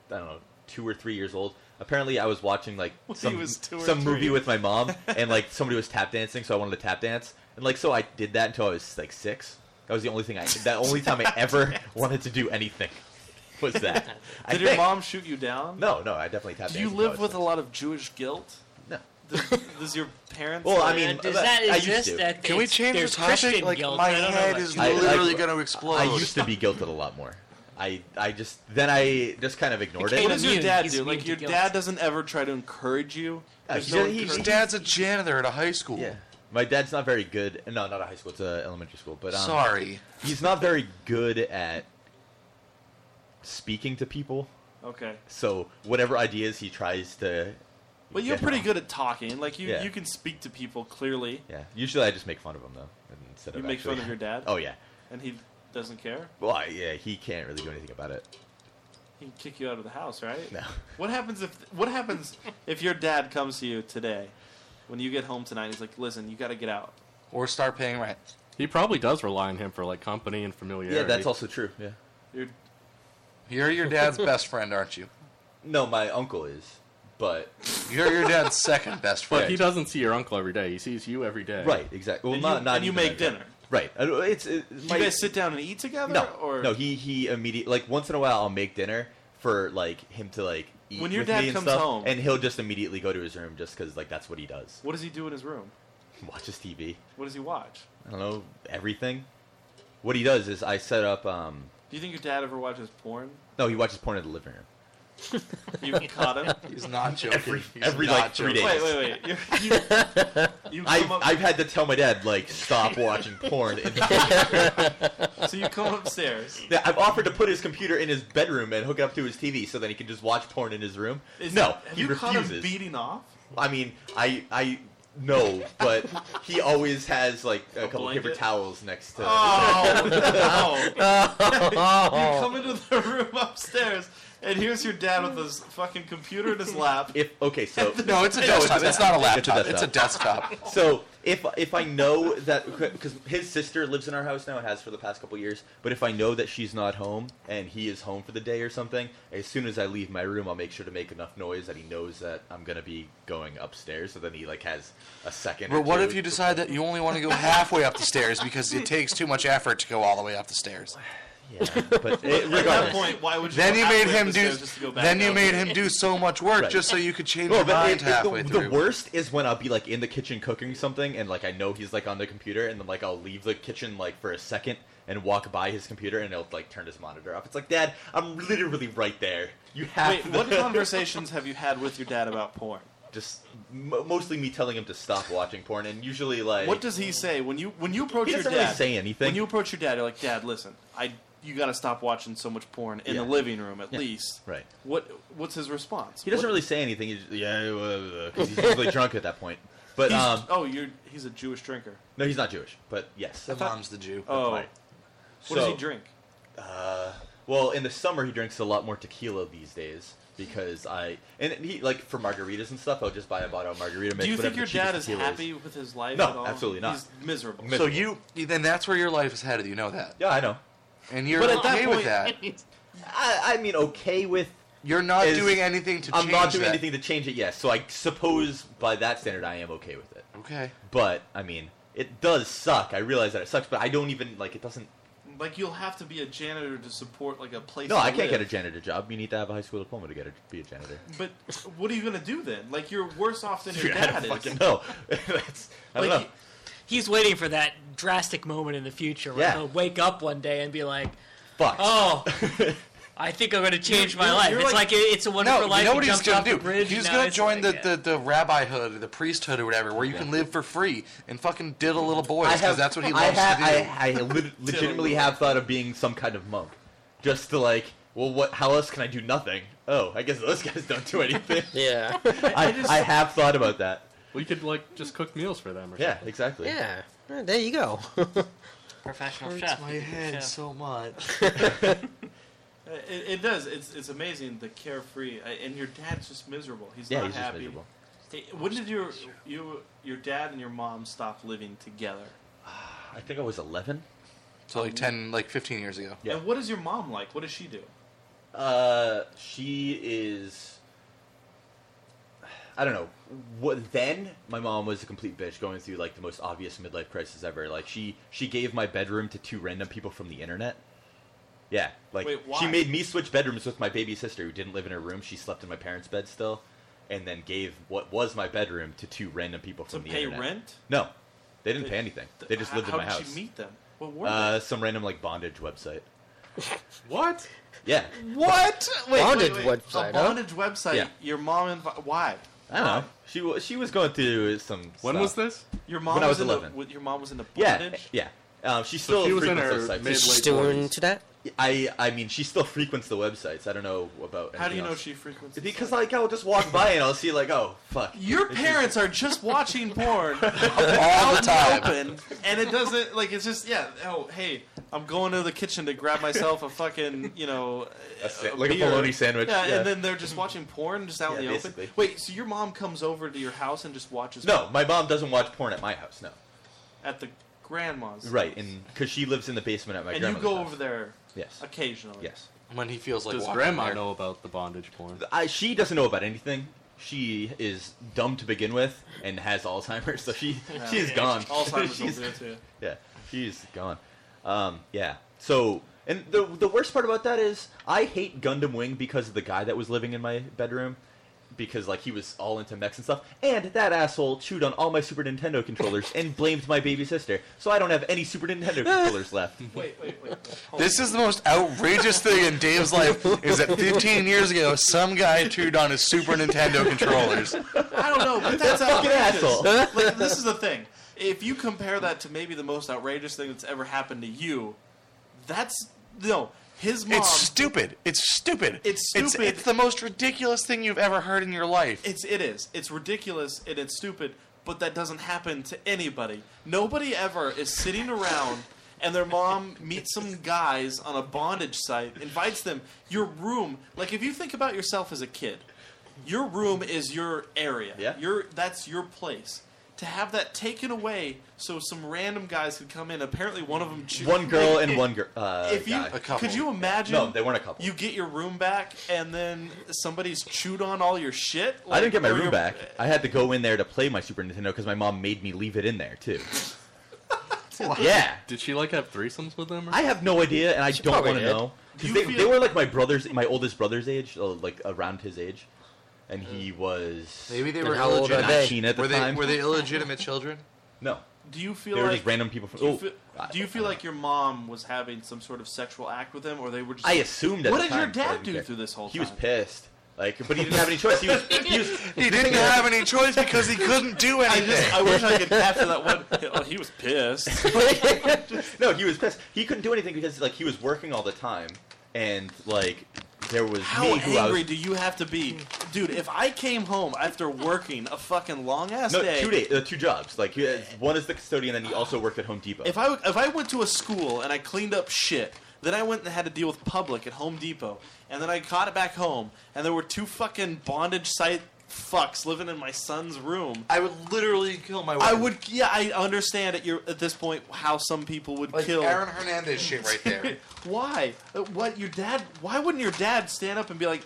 I don't know, two or three years old, apparently I was watching like
(laughs) When he
some
was two or
some
three.
movie with
(laughs)
my mom, and like somebody was tap dancing, so I wanted to tap dance, and like so I did that until I was like six. That was the only thing I, that only time I ever wanted to do anything (laughs) was that. Did
(laughs)
I
Did your
think.
mom shoot you down?
No, no, I definitely tap
Do
danced
you
until I
live
was
with a lot of Jewish guilt?
six. No. (laughs)
Does, does your parents?
Well, I
Uh,
mean,
does
but
that
I used
exist?
to.
That
Can we
it's-
change the
there's
topic?
Christian
Like
guilt.
my
I don't know
head
about
is
you.
I-
literally
I-
going to explode.
I used to be guilted a lot more. I I just then I just kind of ignored it.
what does your
immune.
dad
He's
do?
immune
Like
to
your
guilt.
dad doesn't ever try to encourage you.
Yeah,
There's
he-
no
he-
His
encouragement?
dad's a janitor at a high school.
Yeah. My dad's not very good. No, not a high school. It's a elementary school. But um,
Sorry.
he's not very good at speaking to people.
okay.
So whatever ideas he tries to.
Well, you're
get
pretty
out-
good at talking. Like you,
Yeah.
you can speak to people clearly,
Yeah. Usually I just make fun of him though. Instead
You
of
make
actually-
fun of your dad?
(laughs) Oh yeah.
and he doesn't care.
Well, I- yeah. He can't really do anything about it. (laughs)
He can kick you out of the house, right?
No.
What happens if What happens (laughs) if your dad comes to you today, when you get home tonight? He's like, "Listen, you got to get out."
Or start paying rent.
He probably does rely on him for like company and familiarity.
Yeah, that's also true. Yeah.
You're,
You're your dad's best friend, aren't you?
No, my uncle is, but
You're your dad's second best
But
friend.
he doesn't see your uncle every day. He sees you every day.
right, exactly. Well,
and
not
you,
not
and you
even
make
that.
dinner.
Right. I don't- It's, it's
Do you guys sit down and eat together?
No,
or
no. He he immediately like once in a while I'll make dinner for like him to like eat
When your
with
dad
me and
comes
stuff,
home-
and he'll just immediately go to his room just because like that's what he does. (laughs)
What does he do in his room?
Watches TV.
What does he watch?
I don't know everything. What he does is I set up. um
Do you think your dad ever watches porn?
No, he watches porn in the living room.
You've (laughs) caught
(laughs)
him.
He's not joking. He's
every,
not
like, three
joking.
days.
Wait, wait, wait. You're, you
(laughs)
you
I
come up,
I've had to tell my dad like
(laughs)
stop watching porn. In the-
so you come upstairs.
Yeah, I've offered to put his computer in his bedroom and hook it up to his TV so that he can just watch porn in his room.
Is-
no,
have
he
you
refuses.
caught him beating off?
I mean, I I no, but he always has like a, couple
blanket? Ah.
paper towels next to.
(laughs) Oh,
(laughs)
no. you come into the room upstairs, and here's your dad with his fucking computer in his lap.
If
(laughs)
okay, so
No, it's a
it's
desktop.
a
It's not a
desktop. It's a
laptop. It's a desktop.
so if if I know that because his sister lives in our house now and has for the past couple years, but if I know that she's not home and he is home for the day or something, as soon as I leave my room, I'll make sure to make enough noise that he knows that I'm gonna be going upstairs. So then he like has a second. or
But what
two
if you
before-
decide that you only want to go halfway up the stairs because it takes too much effort to go all the way up the stairs?
Yeah,
At
but it,
that
regardless.
point, why would you?
Then
go
you made
halfway
him
this
do.
way just to go back
Then you
up?
made him do so much work
Right.
just so you could change
Well,
your
but
mind
it- it-
halfway
the, the
through.
worst is when I'll be like in the kitchen cooking something, and like I know he's like on the computer, and then like I'll leave the kitchen like for a second and walk by his computer, and it'll like turn his monitor off. It's like, Dad, I'm literally right there. You have
Wait,
to-
what
(laughs)
conversations have you had with your dad about porn?
Just m- mostly me telling him to stop watching porn, and usually like
What does he say when you when you approach
He
your
doesn't
dad?
really say anything.
When you approach your dad, you're like, Dad, listen, I you got to stop watching so much porn in the
Yeah.
living room at
Yeah.
least.
right.
What what's his response?
He doesn't
What-
really say anything. He's just, yeah, because he's (laughs) usually drunk at that point. But
He's,
um,
oh, you're he's a Jewish drinker.
no, he's not Jewish. But yes,
The mom's the Jew.
Oh, what
right.
does
So-
he drink?
Uh, well, in the summer he drinks a lot more tequila these days because I and he like for margaritas and stuff. I'll just buy a bottle of margarita mix.
Do you think
whatever
your
the
dad is
cheapest tequila
happy with his life?
No,
at all?
absolutely not.
He's miserable.
Mi-
So you then that's where your life is headed. You know that,
Yeah, I know.
and you're
But
okay
at that
with
point-
that.
I, I mean, okay with.
You're not
Is-
doing anything to
I'm
change
not doing
that.
anything to change it. Yes, so I suppose by that standard, I am okay with it.
Okay.
But I mean, it does suck. I realize that it sucks, but I don't even like it. Doesn't
like you'll have to be a janitor to support like a place.
no,
to
I can't get a
live.
janitor job. You need to have a high school diploma to get a, be a janitor.
But what are you gonna do then? Like you're worse off
(laughs)
than your
Dude, I
dad
don't
is.
fucking know. That's, I don't
Like,
know.
(laughs) He's waiting for that drastic moment in the future where
Yeah.
he'll wake up one day and be like,
Fuck.
(laughs) "Oh, I think I'm going to change my
you're-
life."
you're
it's
like-
like, it- it's a wonderful
No,
life.
you know what
he
he's
jumped
gonna
off
do?
The bridge,
he's
now
gonna
it's
join the,
like,
the, the rabbihood or the priesthood or whatever, where you can live for free and fucking
Mm.
diddle little boys because that's what he
I
loves
have-
to do. (laughs)
I, I le- legitimately have thought of being some kind of monk, just to like, well, what? How else can I do nothing? Oh, I guess those (laughs) guys don't do anything.
Yeah.
I, I, have thought about that.
We could like just cook meals for them. Or
Yeah, exactly.
yeah. Uh, There you go.
professional
hurts
chef.
my
you could
head
chef.
so much.
(laughs) It, it does. It's it's amazing the carefree, I- and your dad's just miserable. He's
Yeah,
not
he's just
happy.
miserable.
Hey, when did your you your dad and your mom stop living together?
I think I was 11.
So like ten, like fifteen years ago.
Yeah.
And what is your mom like? What does she do?
Uh, she is. I don't know. What then? My mom was a complete bitch, going through like the most obvious midlife crisis ever. Like she she gave my bedroom to two random people from the internet. Yeah, like
Wait, why?
she made me switch bedrooms with my baby sister who didn't live in her room. She slept in my parents' bed still, and then gave what was my bedroom to two random people
To
from the
pay
internet.
rent?
No, they didn't
They-
pay anything. They just
How-
lived in my
How
house.
did you meet them? What were
Uh, some random like bondage
(laughs)
website.
What?
Yeah,
What?
Bondage website,
A
huh?
bondage website.
Yeah.
Your mom invi- why?
I don't know. She wa- she was going through some.
When
stuff.
was this?
Your mom
When I was
in the-
11.
with- your mom was in the
Yeah,
bondage.
yeah. Um, she still
she was in
frequents
her
those sites.
mid-
She's
late
still
40s.
into that?
I I mean, she still frequents the websites. I don't know about.
How do
anything
you know
else.
she frequents? this
Because
site?
like I'll just walk by and I'll see like oh fuck.
your
This is-
parents are just
(laughs)
watching porn
All the time.
open, and it doesn't like it's just yeah. Oh hey, I'm going to the kitchen to grab myself a fucking you know
A sa- like a bologna sandwich,
Yeah,
yeah.
and then they're just watching porn just out in
Yeah,
the
basically.
open. Wait, so your mom comes over to your house and just watches?
No, my mom doesn't watch porn at my house. No.
at the grandma's.
Right, and because she lives in the basement at my.
and you
grandmother's
go
house.
over there
Yes.
occasionally.
Yes.
When he feels like
Does
walking
Grandma
there.
know about the bondage porn?
I, she doesn't know about anything. She is dumb to begin with and has Alzheimer's, so she she's gone. (laughs)
Alzheimer's will
She's-
do it too.
Yeah, she's gone. Um, yeah. So, and the the worst part about that is I hate Gundam Wing because of the guy that was living in my bedroom, because like he was all into mechs and stuff, and that asshole chewed on all my Super Nintendo controllers and blamed my baby sister. So I don't have any Super Nintendo controllers left.
(laughs) Wait, wait, wait. wait.
This is the most outrageous thing in Dave's life is that 15 years ago, some guy chewed on his Super Nintendo controllers.
I don't know, but that's
(laughs) Fucking
outrageous.
asshole.
like, this is the thing. If you compare that to maybe the most outrageous thing that's ever happened to you, that's no. His mom.
It's stupid. It's stupid.
It's stupid.
It's, the most ridiculous thing you've ever heard in your life.
It's it is. It's ridiculous and it's stupid, but that doesn't happen to anybody. Nobody ever is sitting around and their mom meets some guys on a bondage site, invites them. Your room, like if you think about yourself as a kid, your room is your area.
Yeah.
Your that's your place. To have that taken away, so some random guys could come in. Apparently, one of them.
One
(laughs)
girl and one girl. Uh,
If you
guy.
A couple.
could you imagine?
No, they weren't a couple.
You get your room back, and then somebody's chewed on all your shit.
I
like,
didn't get my
or
room
your- uh, (laughs)
back. I had to go in there to play my Super Nintendo because my mom made me leave it in there too. yeah.
Did she like have threesomes with them? Or?
I have no idea, and I
She
don't
probably
want to
did.
know. 'Cause
You
They,
feel-
they were like my brothers, my oldest brother's age, uh, like around his age, and he was
Maybe they
And
were
how old are
illegitimate.
they?
19 at the
were they
time.
were they illegitimate children?
no,
Do you feel
they were
like
just random people from.
Do you,
oh,
feel,
I-
do you feel like your mom was having some sort of sexual act with him, or they were just?
I assumed. At
what
the
did your
time, so I
dad
didn't
do
care.
through this whole
He
time?
was pissed, like, but he
(laughs)
didn't have any choice. He was. He was
He didn't have any choice because he couldn't (laughs) do
I
anything.
just, I wish I could capture that
(laughs)
one. Oh, he was pissed.
no, he was pissed. He couldn't do anything because like he was working all the time, and like there was
How
me who I
angry
was.
do you have to be, dude? If I came home after working a fucking long ass
No,
day,
two days, uh, two jobs. Like he, one is the custodian, and he also worked at Home Depot.
if I if I went to a school and I cleaned up shit, then I went and had to deal with public at Home Depot, and then I caught it back home, and there were two fucking bondage site fucks living in my son's room.
I would literally kill my wife.
I would, yeah, I understand at your at this point how some people would
like
kill.
Aaron Hernandez shit right there.
Why? Uh, What your dad? Why wouldn't your dad stand up and be like,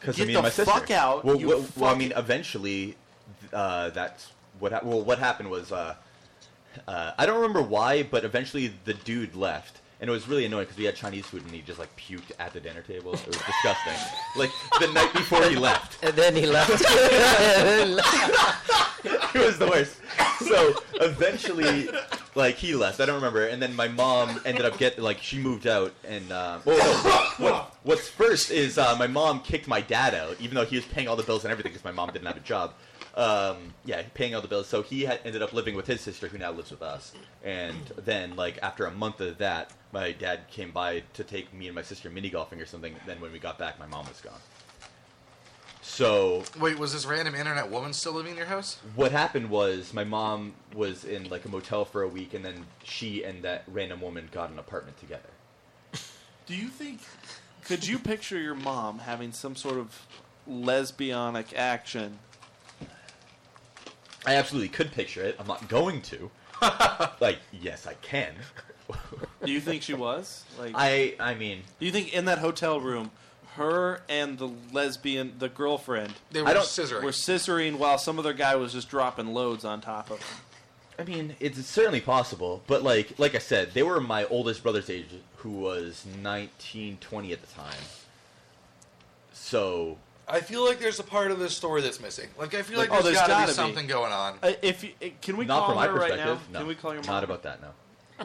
Because
Get the fuck out,
Well,
you
well, well, I
fuck-
mean, eventually, th- uh, that's what. hap well, what happened was, uh, uh, I don't remember why, but eventually the dude left, and it was really annoying because we had Chinese food, and he just like puked at the dinner table. It was
(laughs)
disgusting. like the night before he left,
And then he left.
(laughs) it was the worst. So eventually, like he left. I don't remember. And then my mom ended up getting like she moved out, and uh, well, no, what, what's first is uh, my mom kicked my dad out, even though he was paying all the bills and everything because my mom didn't have a job. Um, yeah, paying all the bills. So he had ended up living with his sister, who now lives with us. And then, like after a month of that, my dad came by to take me and my sister mini golfing or something. Then when we got back, my mom was gone. So
Wait, was this random internet woman still living in your house?
what happened was my mom was in like a motel for a week and then she and that random woman got an apartment together
"Do you think? Could you picture your mom having some sort of lesbianic action?"
i absolutely could picture it i'm not going to like yes i can
Do you think she
(laughs)
was? Like,
i i mean
do you think in that hotel room, her and the lesbian, the girlfriend,
They
I
were
don't-
scissoring.
were scissoring while some other guy was just dropping loads on top of them?
i mean it's certainly possible but like like i said they were my oldest brother's age who was 19 20 at the time so
I feel like there's a part of this story that's missing. Like I feel like,
Like, oh,
there's
there's
gotta,
gotta be.
be something going on.
Uh, if you, uh, can we
not
call
from my
her right
perspective
now?
no
Can we call your mom?
not about that no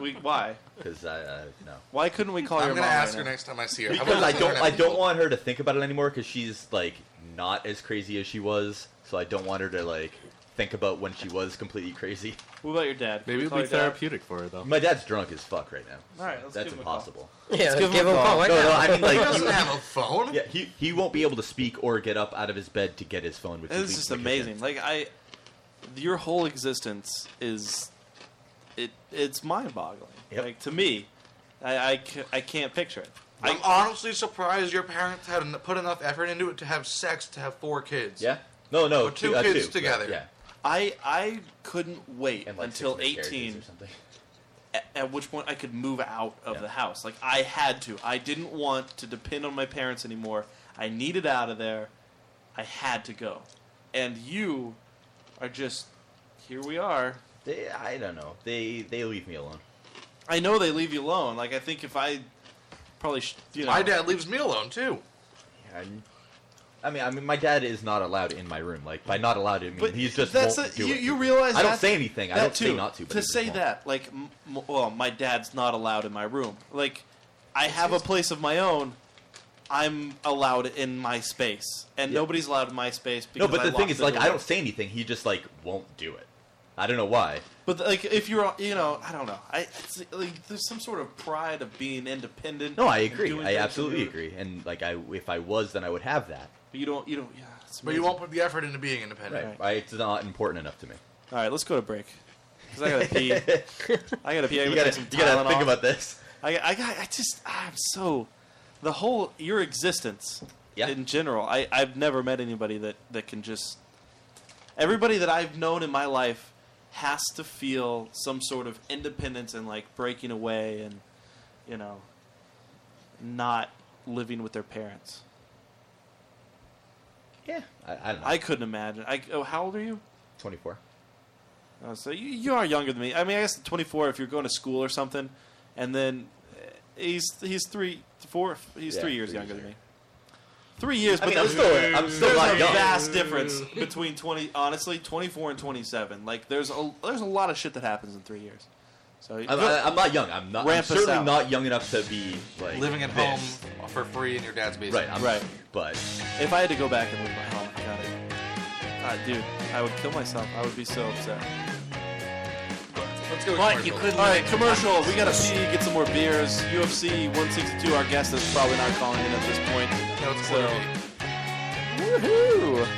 (laughs) We, why?
because i uh, no
Why couldn't we call
I'm
your
gonna
mom?
ask
right
her
now?
next time I see her. How
because
about
I
this
don't
internet
I don't
people?
want her to think about it anymore because she's like not as crazy as she was. So I don't want her to like think about when she was completely crazy.
What about your dad? Can
Maybe
we
it'd
call
be
your dad?
therapeutic for her though.
My dad's drunk as fuck right now.
All right, let's
That's
give him a call.
impossible.
yeah,
give
give him
him a
a
call.
call right
No,
now.
no, I mean
He (laughs)
like
doesn't
he,
have a phone.
yeah, he he won't be able to speak or get up out of his bed to get his phone. Which
This
is
is just amazing. Like I, your whole existence is, it it's mind boggling.
Yep.
Like to me, I, I, ca- I can't picture it.
I'm honestly surprised your parents had en- put enough effort into it to have sex to have four kids.
Yeah. No, no,
Or two
uh,
kids
two,
together.
Yeah,
I I couldn't wait
and like
until
six miscarriages
eighteen,
or something.
at, at which point I could move out of
Yeah.
the house. Like I had to. I didn't want to depend on my parents anymore. I needed out of there. I had to go. And you are just here. We are.
They, I don't know. They they leave me alone.
I know they leave you alone. Like I think if I probably sh- you know
My dad leaves me alone too.
And- I mean, I mean, my dad is not allowed in my room. Like by not allowed, I mean
But
he's just
that's
won't
a-
do
you-
it.
you realize
I don't
that's-
say anything. I
That
don't
too,
say not to. But he just
say
won't.
that, like, m- m- well, my dad's not allowed in my room. Like, I have a place of my own. I'm allowed in my space, and
Yeah.
nobody's allowed in my space.
No,
Because
but
I
the thing
locked
is, like,
door.
I don't say anything. He just like won't do it. I don't know why.
But like, if you're, you know, I don't know. I it's, like, there's some sort of pride of being independent.
No, I
and
agree.
doing
I
things on
absolutely
your-
agree. And like, I if I was, then I would have that.
But you don't, you don't. Yeah, it's
But you
amazing.
won't put the effort into being independent.
Right. I, it's not important enough to me.
All right, let's go to break. 'Cause I gotta
(laughs)
pee. I gotta pee. I
You
gotta,
gotta
take some
you gotta think
Tylenol.
about this.
I, I, got- I just, I'm so, the whole, your existence
Yeah.
in general, I, I've never met anybody that, that can just, everybody that I've known in my life has to feel some sort of independence and like breaking away and, you know, not living with their parents.
Yeah. I, I don't know.
I couldn't imagine. I, oh, how old are you?
Twenty four.
Uh, so you, you are younger than me. I mean, I guess 24 if you're going to school or something, and then uh, he's he's three, four, he's
Yeah,
three years
three
younger
years
than me. Three years,
I
but
mean, I'm
that's
still, I'm still
there's
not
a
young.
vast difference between 20, honestly, 24 and 27. Like there's a there's a lot of shit that happens in three years. So
I'm, I- I'm not young. I'm not. I'm
Ramp us
certainly
out.
not young enough to be like
Living at home
this.
for free in your dad's basement.
Right. I'm,
Right.
But
if I had to go back and leave my helmet, God, I, God, Ah, dude, I would kill myself. I would be so upset.
Let's go. to
But you
commercial.
could
All right, commercial. We gotta pee, get some more beers. UFC 162. Our guest is probably not calling in at this point.
No, it's
So-
literally-
Woohoo!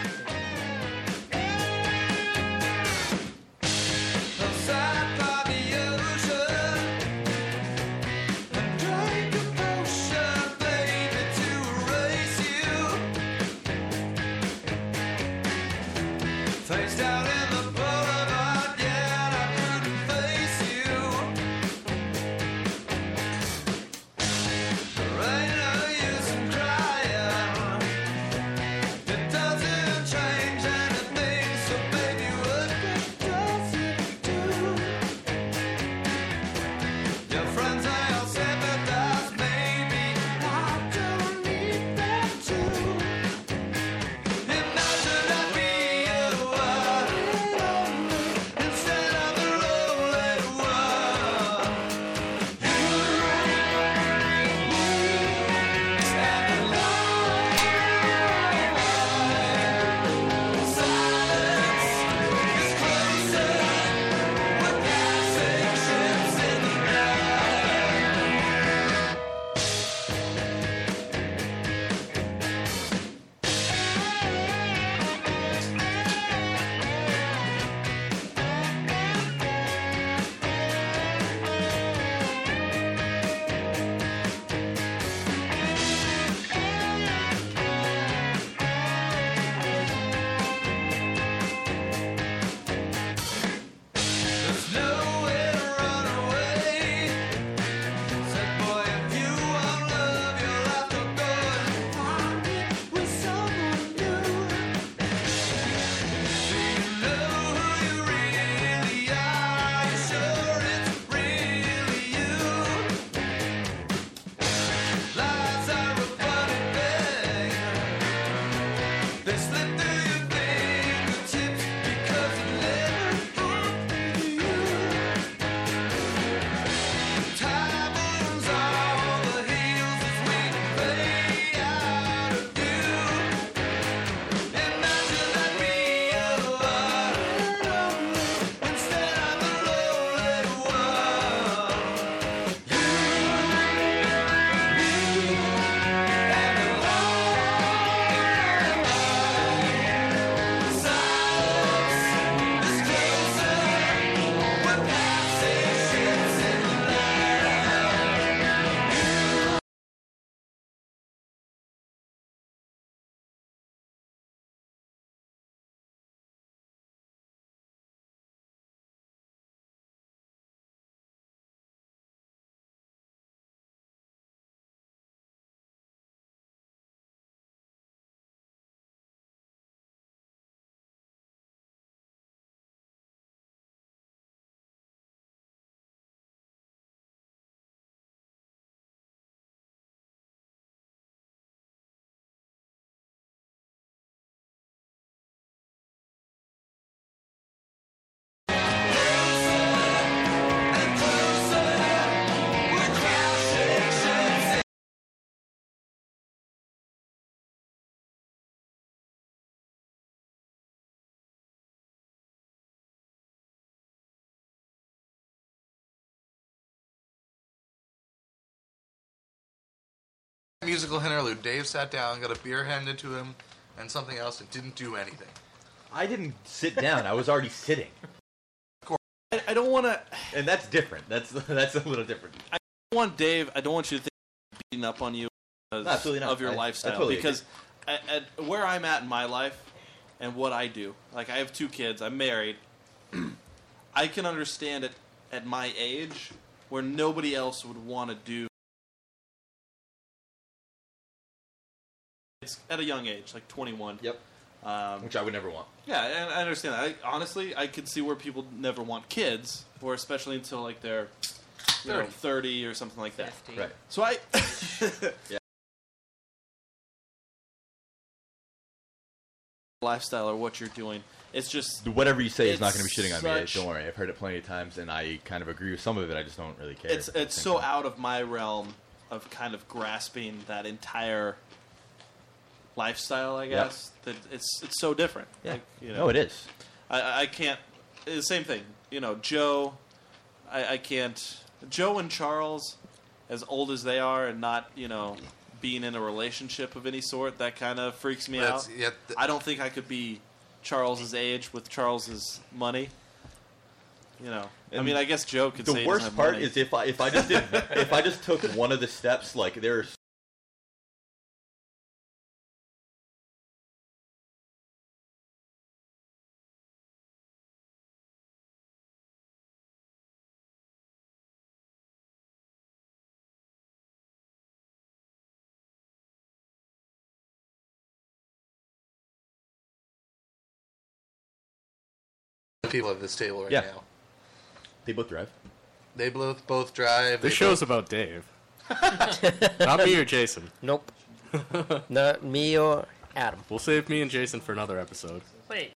musical interlude. Dave sat down, got a beer handed to him, and something else, and didn't do anything.
I didn't sit down. I was already sitting,
I, I don't want to.
and that's different. That's (laughs) that's a little different.
I want Dave. I don't want you to think I'm beating up on you because
No, absolutely not.
of your
I- I
lifestyle.
totally
because at, at where I'm at in my life and what I do, like I have two kids, I'm married. (clears throat) I can understand it at my age where nobody else would want to do. It's at a young age, like 21.
Yep.
Um,
which I would never want.
yeah, and I understand that. I, honestly, I could see where people never want kids, or especially until like they're you know, 30. or something like that.
50.
Right.
So I. (laughs) Lifestyle or what you're doing, it's just
Whatever you say is not going to
It's
be shitting on me.
such-
Don't worry. I've heard it plenty of times, and I kind of agree with some of it. I just don't really care.
it's
at the
it's
same
so
time.
out of my realm of kind of grasping that entire lifestyle. I guess that it's it's so different.
Yeah.
Like, you know,
No, it is.
I- I, I can't. The same thing. You know, Joe. I, I can't. Joe and Charles, as old as they are, and not you know being in a relationship of any sort, that kind of freaks me
That's-
out.
yeah, th-
I don't think I could be Charles's age with Charles's money. You know, I
And
mean, I guess Joe could. say
The
he doesn't
worst
have
part
money.
is if I if I
(laughs)
just did if I just took one of the steps, like there's
The people at this table right
Yeah.
now.
they both drive.
They both both drive.
This
they
show's
(laughs)
about Dave. Not me or Jason.
Nope. Not me or Adam.
We'll save me and Jason for another episode.
Wait.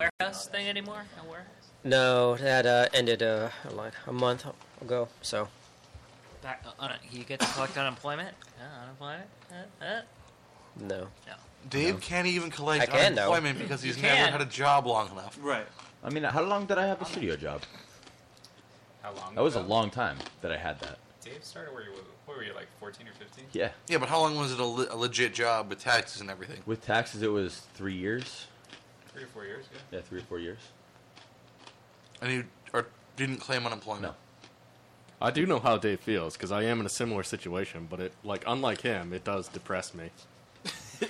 Warehouse thing anymore? No warehouse.
No, that uh, ended uh, like a month ago. So
Back, uh, un- you get to collect unemployment. Uh, unemployment. Uh, uh.
no.
both- Dave can't even collect
I can, though.
unemployment because he's
You
never
can.
had a job long enough.
right.
I mean, how long did I have a studio job?
How long?
That was a
ago?
long time that I had that.
Dave started where you were. What were you like, fourteen or fifteen?
Yeah.
Yeah, but how long was it a, le- a legit job with taxes and everything?
With taxes, it was three years.
Three or four years. Yeah.
Yeah, three or four years.
And you or didn't claim unemployment.
No.
I do know how Dave feels because I am in a similar situation, but it like unlike him, it does depress me.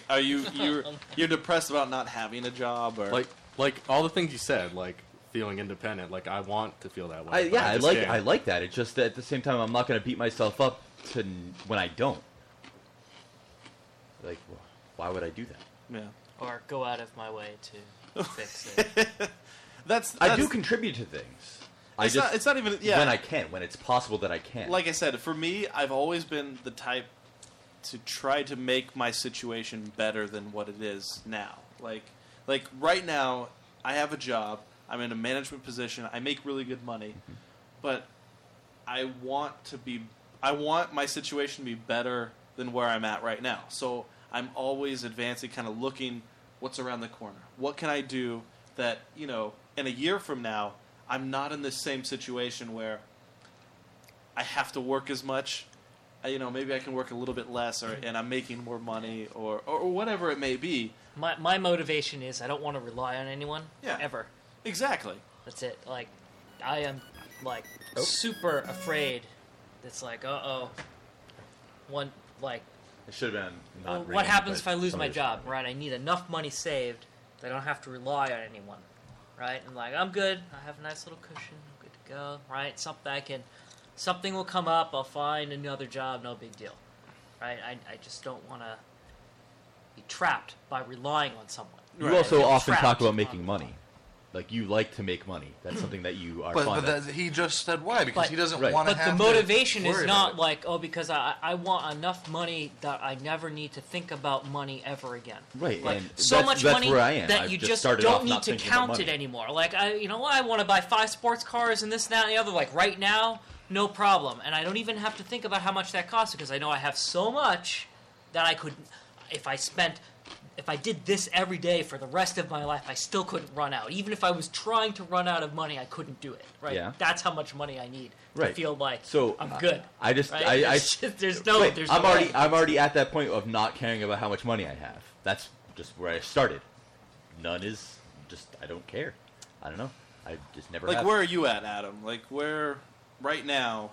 Are you you you're depressed about not having a job or
Like like all the things you said, like feeling independent. Like I want to feel that way.
I,
but
yeah, I,
just
like
can't.
I like that. It's just that at the same time, I'm not going to beat myself up to n- when I don't. Like, wh- why would I do that?
yeah? (laughs)
Or go out of my way
(laughs)
to fix it.
That's,
I
that's-
do contribute to things. I
it's
just
not, it's not even yeah.
when I can, when it's possible that I can.
like I said, for me, I've always been the type to try to make my situation better than what it is now. Like like right now, I have a job. I'm in a management position. I make really good money, but I want to be I want my situation to be better than where I'm at right now. So I'm always advancing, kind of looking what's around the corner. What can I do that, you know, in a year from now, I'm not in this same situation where I have to work as much. I- You know, maybe I can work a little bit less, or and I'm making more money, or or whatever it may be.
my, my motivation is I don't want to rely on anyone.
Yeah.
Ever.
Exactly.
That's it. Like, I am like
Oh.
super afraid. It's like, uh oh, one like,
it should have been. Not
well, what happens if I lose my job? Right, I need enough money saved that I don't have to rely on anyone. Right, I'm like, I'm good. I have a nice little cushion. I'm good to go. Right, something I can, something will come up. I'll find another job. No big deal. Right, I I just don't want to be trapped by relying on someone.
You
Right.
also
You're
often
trapped.
talk about making money. Like you like to make money. That's something that you are
But,
fond
but
of.
that, he just said why because
But-
he doesn't
Right.
want to
But the
have
motivation
to
is
worry
not
about it.
like, oh, because I, I want enough money that I never need to think about money ever again.
Right,
Like,
and
so
that's-
much
that's
money
where I am.
that
I've
you
just
just,
started off
don't
not
need to
thinking about
count it
money.
anymore. Like, I, you know what? I want to buy five sports cars and this, that, and the other. Like, right now, no problem. And I don't even have to think about how much that costs because I know I have so much that I could, if I spent. If I did this every day for the rest of my life, I still couldn't run out. Even if I was trying to run out of money, I couldn't do it. Right?
Yeah.
That's how much money I need to
Right.
feel like
so
I'm
I-
good.
I, just
right?
I, I
there's, just- there's no
Wait,
there's
I'm
no
already
way.
I'm already at that point of not caring about how much money I have. That's just where I started. None is just I don't care. I don't know. I just never
Like,
have.
where are you at, Adam? Like, where right now?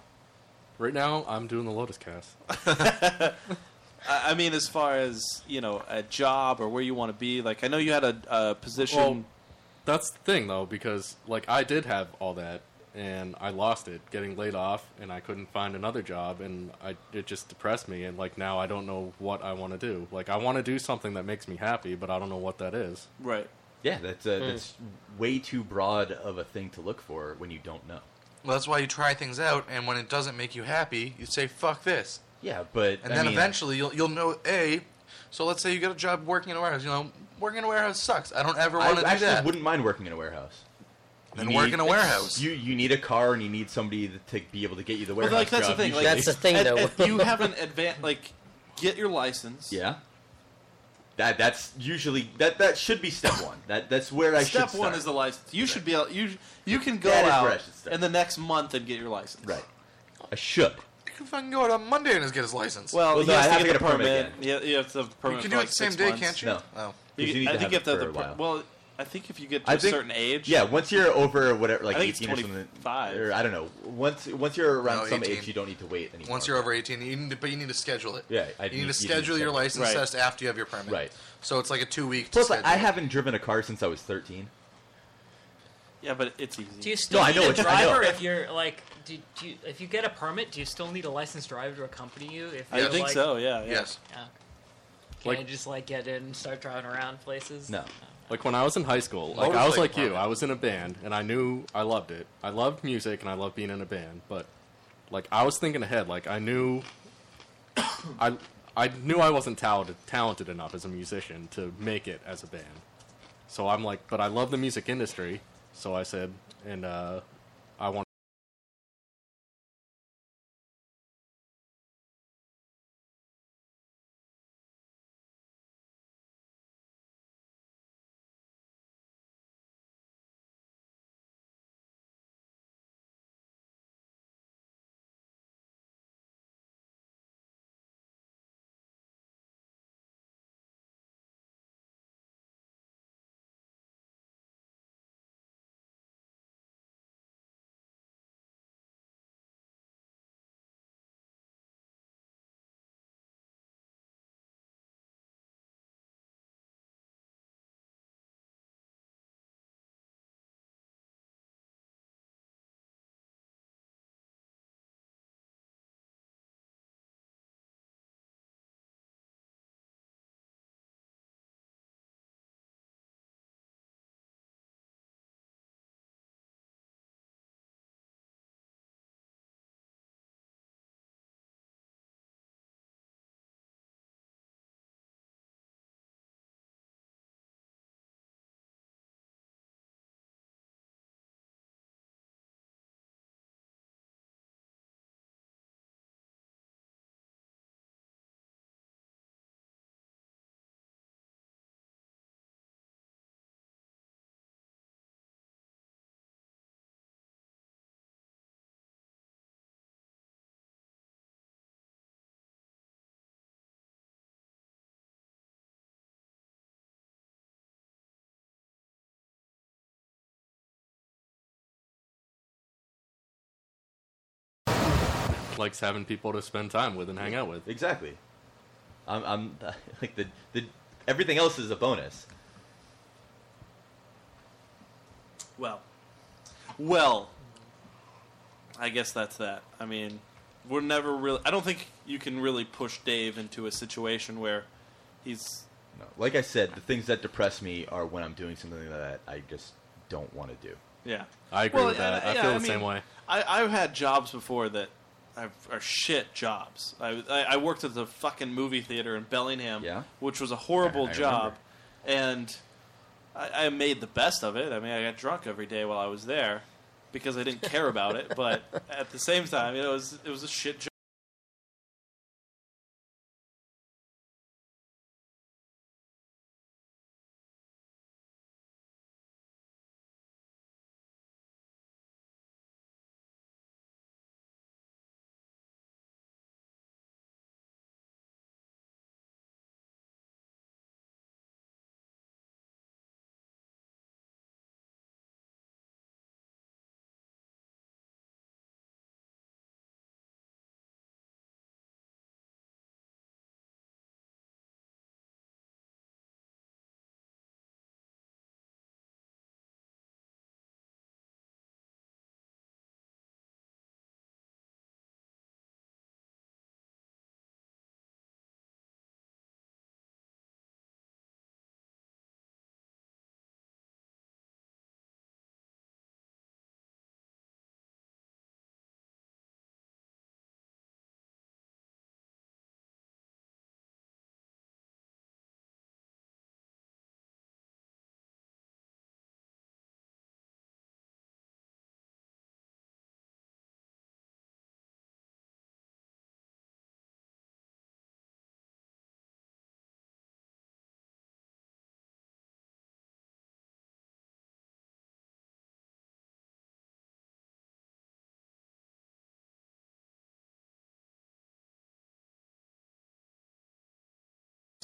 Right now, I'm doing the Lotus Cast.
I, I mean, as far as you know, a job or where you want to be. Like, I know you had a, a position.
Well, that's the thing though, because like I did have all that, and I lost it getting laid off, and I couldn't find another job, and I it just depressed me, and like now I don't know what I want to do. Like I want to do something that makes me happy, but I don't know what that is.
Right.
Yeah, that's uh,
Hmm.
that's way too broad of a thing to look for when you don't know.
Well, that's why you try things out, and when it doesn't make you happy, you say "fuck this,"
Yeah, but
and
I
then
uh,
mean,
eventually you'll you'll know a. So let's say you get a job working in a warehouse. You know, working in a warehouse sucks. I don't ever
I
want to do
actually
that.
wouldn't mind working in a warehouse.
Then
You
work
need-
in a warehouse.
You you need a car and you need somebody to, to be able to get you the
Well,
warehouse
like that's the
job,
thing. Like,
usually.
That's the thing,
at-
though.
at- you have an advan Like, get your license.
(laughs) yeah. That that's usually that that should be step one. That that's where I should
Step one
start.
is the license. You should be out. You you can go
That is where I
out
should start.
in the next month and get your license.
right. I should.
You can fucking go out on Monday and just get his license.
Well,
Well,
you
no, I
have,
have
to
to
get, the
get a permit
permit.
again.
Yeah, you have to have the permit.
you can
for
do
like
it the same
six
day,
months.
can't you?
No.
Oh.
You,
'Cause you need
I
to
think
have
you have to
it
have the
for a
per-
while.
well. I think if you get to
I
a
think-
certain age,
Yeah, once you're over whatever, like
I think it's
eighteen or something,
25.
or I don't know. Once once you're around
No,
some
18.
age, you don't need to wait anymore.
Once you're over 18, you need to, but you need to schedule it.
Yeah, I
you need to
need-
schedule your license
Right.
test after you have your permit.
Right.
So it's like a two week.
Plus, I, I haven't driven a car since I was thirteen.
yeah, but it's easy.
Do you still
No, I
need
know
a
what you- I know.
driver if you're like, do, do you, if you get a permit, do you still need a licensed driver to accompany you? If
I
you're,
think
like-
so. Yeah. yeah.
Yes.
Yeah. Can
Like-
you just like get in and start driving around places?
No.
Like when I was in high school, like I was
Motorcycle
like you,
permit.
I was in a band, and I knew I loved it. I loved music, and I loved being in a band. But like I was thinking ahead, like I knew, (coughs) I I knew I wasn't talented talented enough as a musician to make it as a band. So I'm like, but I love the music industry. So I said, and uh, I want. likes having people to spend time with and hang out with.
Exactly. I'm, I'm (laughs) like the the everything else is a bonus.
Well. Well. I guess that's that. I mean, we're never really. I don't think you can really push Dave into a situation where he's.
No, like I said, the things that depress me are when I'm doing something that I just don't want to do.
Yeah.
I agree
Well,
with that.
yeah,
I
yeah,
feel
I
the same
mean,
way.
I, I've had jobs before that are are shit jobs. I, I, I worked at the fucking movie theater in Bellingham,
Yeah?
which was a horrible
I- I
job, and I, I made the best of it. I mean, I got drunk every day while I was there because I didn't care about it,
(laughs)
but at the same time, it was it was a shit job.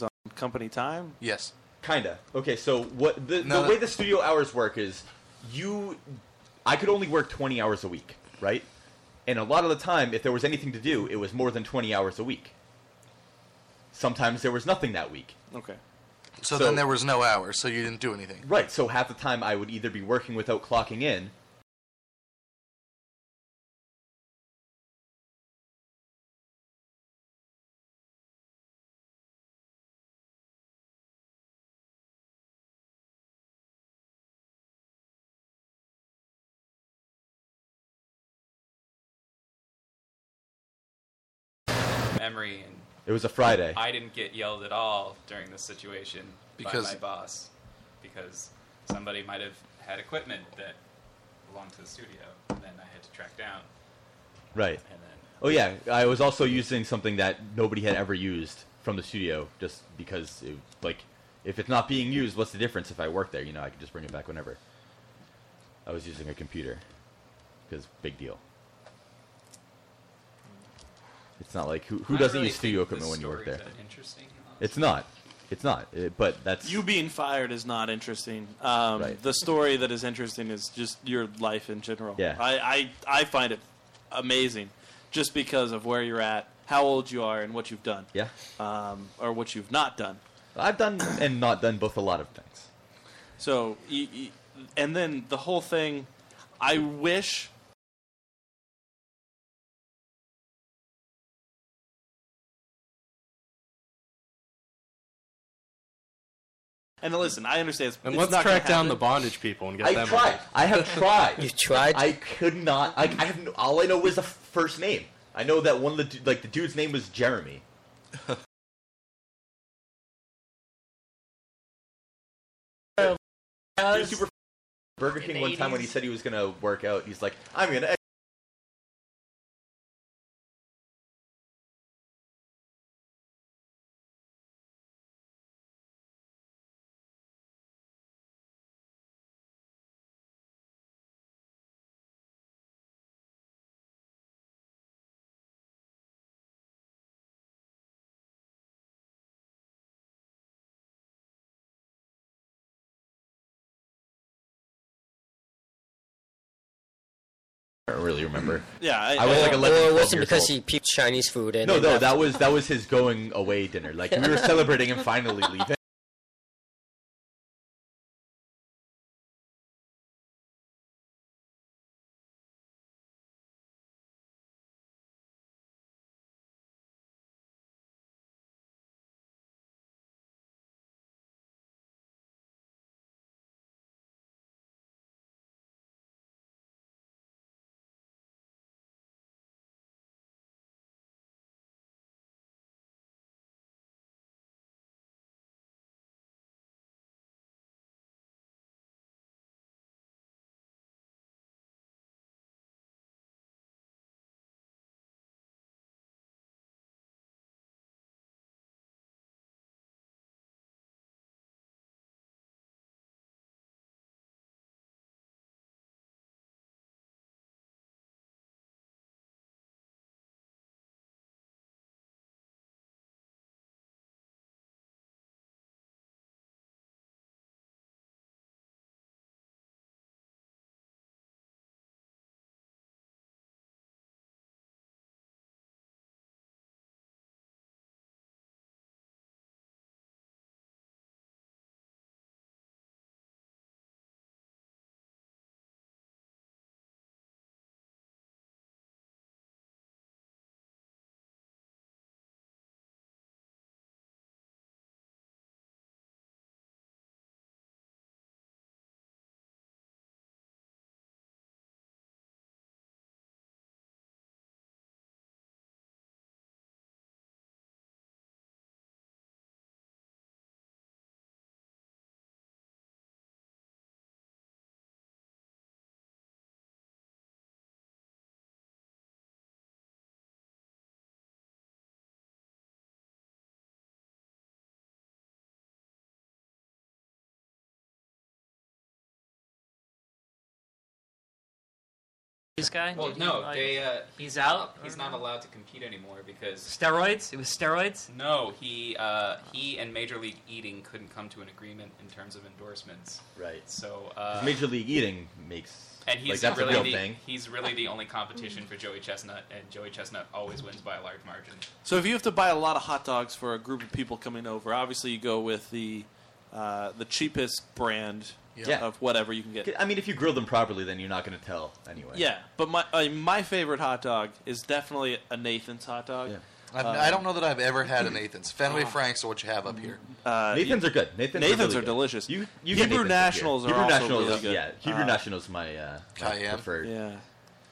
on company time?
Yes.
Kinda. Okay, so what the,
No,
the
that-
way the studio hours work is you I could only work 20 hours a week, right? And a lot of the time if there was anything to do, it was more than 20 hours a week. Sometimes there was nothing that week.
Okay.
So,
So-
then there was no hours, so you didn't do anything.
Right, so half the time I would either be working without clocking in
memory, and
It was a Friday.
I didn't get yelled at all during this situation
Because-
by my boss because somebody might have had equipment that belonged to the studio, and then I had to track down,
Right.
and then
Oh yeah, I was also using something that nobody had ever used from the studio, just because, it, like, if it's not being used, what's the difference if I work there? You know, I could just bring it back whenever. I was using a computer, because big deal. It's not like who, who
I
doesn't
really
use studio
think this
equipment when you work
story's
there?
that Interesting. honestly.
It's not. It's not. Uh, but that's
You being fired is not interesting. Um,
Right.
The story that is interesting is just your life in general.
Yeah.
I, I, I find it amazing just because of where you're at, how old you are, and what you've done.
yeah.
Um, or what you've not done.
I've done and not done both a lot of things.
So, y y and then the whole thing, I wish. And listen, I understand. It's,
And
it's
let's
not gonna
track down the
happen.
bondage people and get
I
them.
tried. I have tried.
You tried?
I could not. I, I have no, all I know is the f- first name. I know that one of the du- like the dude's name was Jeremy. He was super f- Burger
In
King
the
one time when he
80s.
said he was gonna work out, he's like, "I'm gonna." ex- I don't really remember.
Yeah, I,
I was like
I-
11,
or
12
was it
years
because
old.
he peeped Chinese food and
No,
he
no,
left?
that was that was his going away dinner. Like
(laughs)
we were celebrating him finally leaving.
This guy?
Well, no,
Like,
they uh,
he's out.
he's not allowed to compete anymore because
steroids. It was steroids.
no, he uh, he and Major League Eating couldn't come to an agreement in terms of endorsements.
Right.
So uh,
Major League Eating makes
and he's
like that's
really
a real
the,
thing.
he's really the only competition for Joey Chestnut, and Joey Chestnut always wins by a large margin.
So if you have to buy a lot of hot dogs for a group of people coming over, obviously you go with the uh, the cheapest brand
Yeah.
of whatever you can get.
I mean, if you grill them properly, then you're not going to tell anyway.
Yeah, but my I mean, my favorite hot dog is definitely a Nathan's hot dog.
Yeah.
I've, I don't know that I've ever had an Nathan's. Fenway Franks are what you have up here.
Uh,
Nathan's are good. Nathan's,
Nathan's
really
are
good.
delicious.
You,
Hebrew
you get Nathan's
Nationals
up here.
are
Hebrew
also
Nationals,
really good.
Yeah, Hebrew
Uh,
Nationals my uh, my
Cayenne.
preferred.
yeah.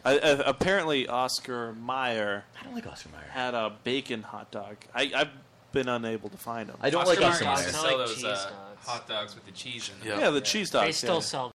I, I, apparently, Oscar Meyer
I don't like Oscar Mayer.
had a bacon hot dog. I, I've been unable to find him.
I don't
Oscar
like Oscar
Mayer
Mayer.
Mayer.
used to
I
sell
like
those
cheese
uh,
dogs.
hot dogs with the cheese in them.
Yeah.
yeah, the cheese dogs.
They still
yeah.
sell.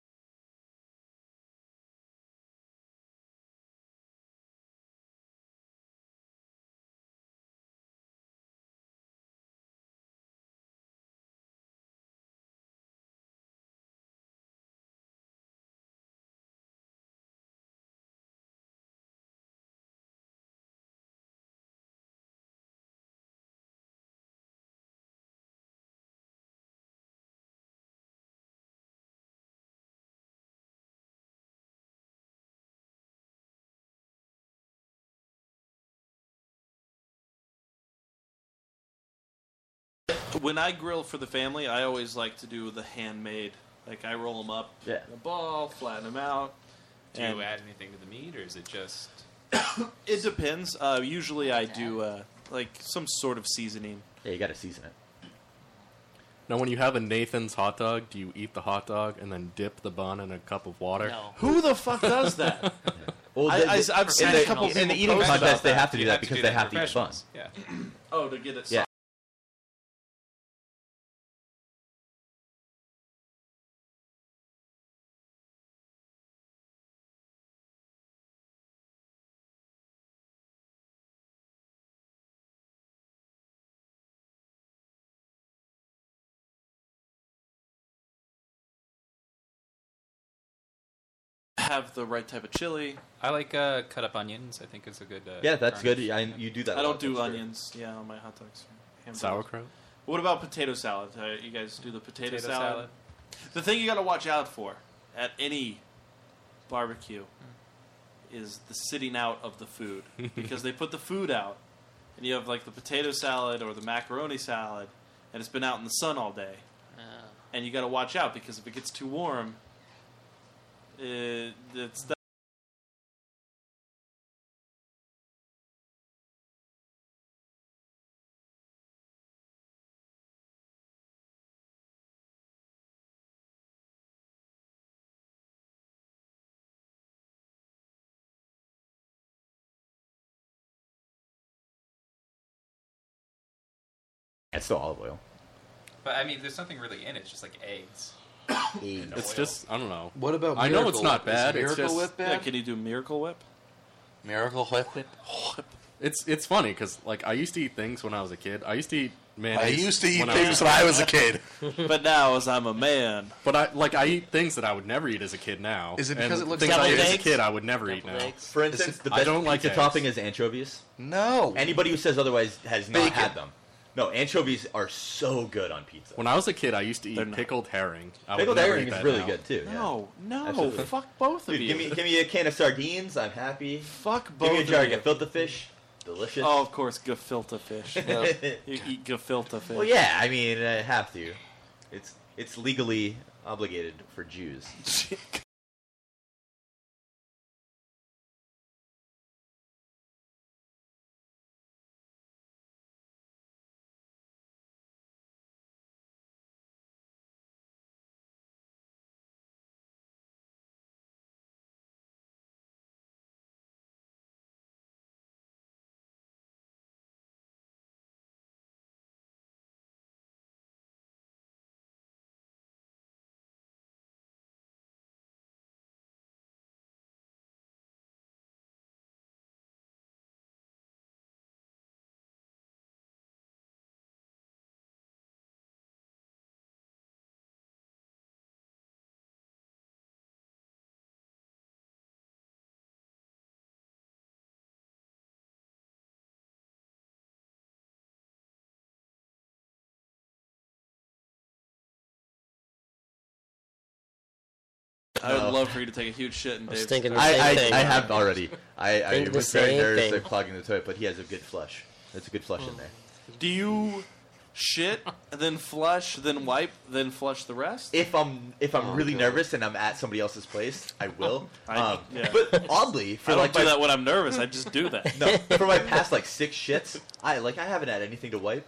When I grill for the family, I always like to do the handmade. Like I roll them up,
Yeah.
in a ball, flatten them out.
Do
and-
you add anything to the meat, or is it just?
It depends. Uh, usually, I do uh, like some sort of seasoning.
Yeah, you got to season it.
Now, when you have a Nathan's hot dog, do you eat the hot dog and then dip the bun in a cup of water?
No.
Who the fuck does that?
Well,
I,
they-
I,
they-
have seen
they-
a couple
in the
people
eating
post about
contest, they have to
You
do that because
do
they
that
have
for
to eat bun.
professionals. Yeah.
Oh, to get it.
Yeah.
Have the right type of chili.
I like uh, cut up onions. I think it's a good. Uh,
Yeah, that's
garnish.
good. I, you do that.
I
a
don't
lot,
do
that's true.
onions. Yeah, on my hot dogs. Hamburgers.
Sauerkraut?
What about potato salad? Uh, you guys do the potato,
Potato
salad?
salad.
The thing you got to watch out for at any barbecue
Hmm.
is the sitting out of the food because they put the food out and you have like the potato salad or the macaroni salad and it's been out in the sun all day
Oh.
Uh,
and you got to watch out because if it gets too warm, it, it's that.
It's still olive oil.
But I mean, there's nothing really in it. It's just like eggs. and
It's
oil.
just, I don't know.
What about
I know it's
Miracle
not
Whip? Is
bad, it's
Miracle
just-
Whip bad?
Yeah, can you do Miracle Whip?
Miracle Whip.
It's it's funny because like I used to eat things when I was a kid. I used to eat
I
mayonnaise.
used to eat
when I
things
was-
when I was a kid.
but now, as I'm a man,
(laughs) but I like I eat things that I would never eat as a kid now.
Is it
and
because it looks
things
like
I ate as a
eggs?
kid I would never eat
Double
now?
eggs.
For instance, the
I
best
don't like
pizza
eggs.
topping is anchovies.
No.
Anybody who says otherwise has not
Bacon.
had them. No, anchovies are so good on pizza.
When I was a kid, I used to
They're
eat
not.
pickled herring. I would
Pickled
never
herring
eat
is
that
really
now.
good too. yeah.
no, no,
Absolutely.
fuck both of
Dude,
you.
give me give me a can of sardines. I'm happy.
fuck both
Give me a
of
jar
you.
of gefilte fish. Delicious. (laughs)
Oh, of course, gefilte fish. you eat gefilte fish.
well, yeah. I mean, I have to. It's it's legally obligated for Jews.
I would
No.
love for you to take a huge shit in
I was
Dave's.
thinking-
Oh. I,
I, I,
Same thing.
I have already. I, I
Think the
was very
same
nervous
thing.
of clogging the toilet, but he has a good flush. That's a good flush
Hmm.
in there.
do you shit, then flush, then wipe, then flush the rest?
If I'm if
Oh,
I'm really nervous and I'm at somebody else's place, I will.
(laughs) I-
um,
yeah.
But oddly,
I
for
don't
like
do
my,
that when I'm nervous. I just do (laughs) that.
no, for my past like six shits, I like I haven't had anything to wipe.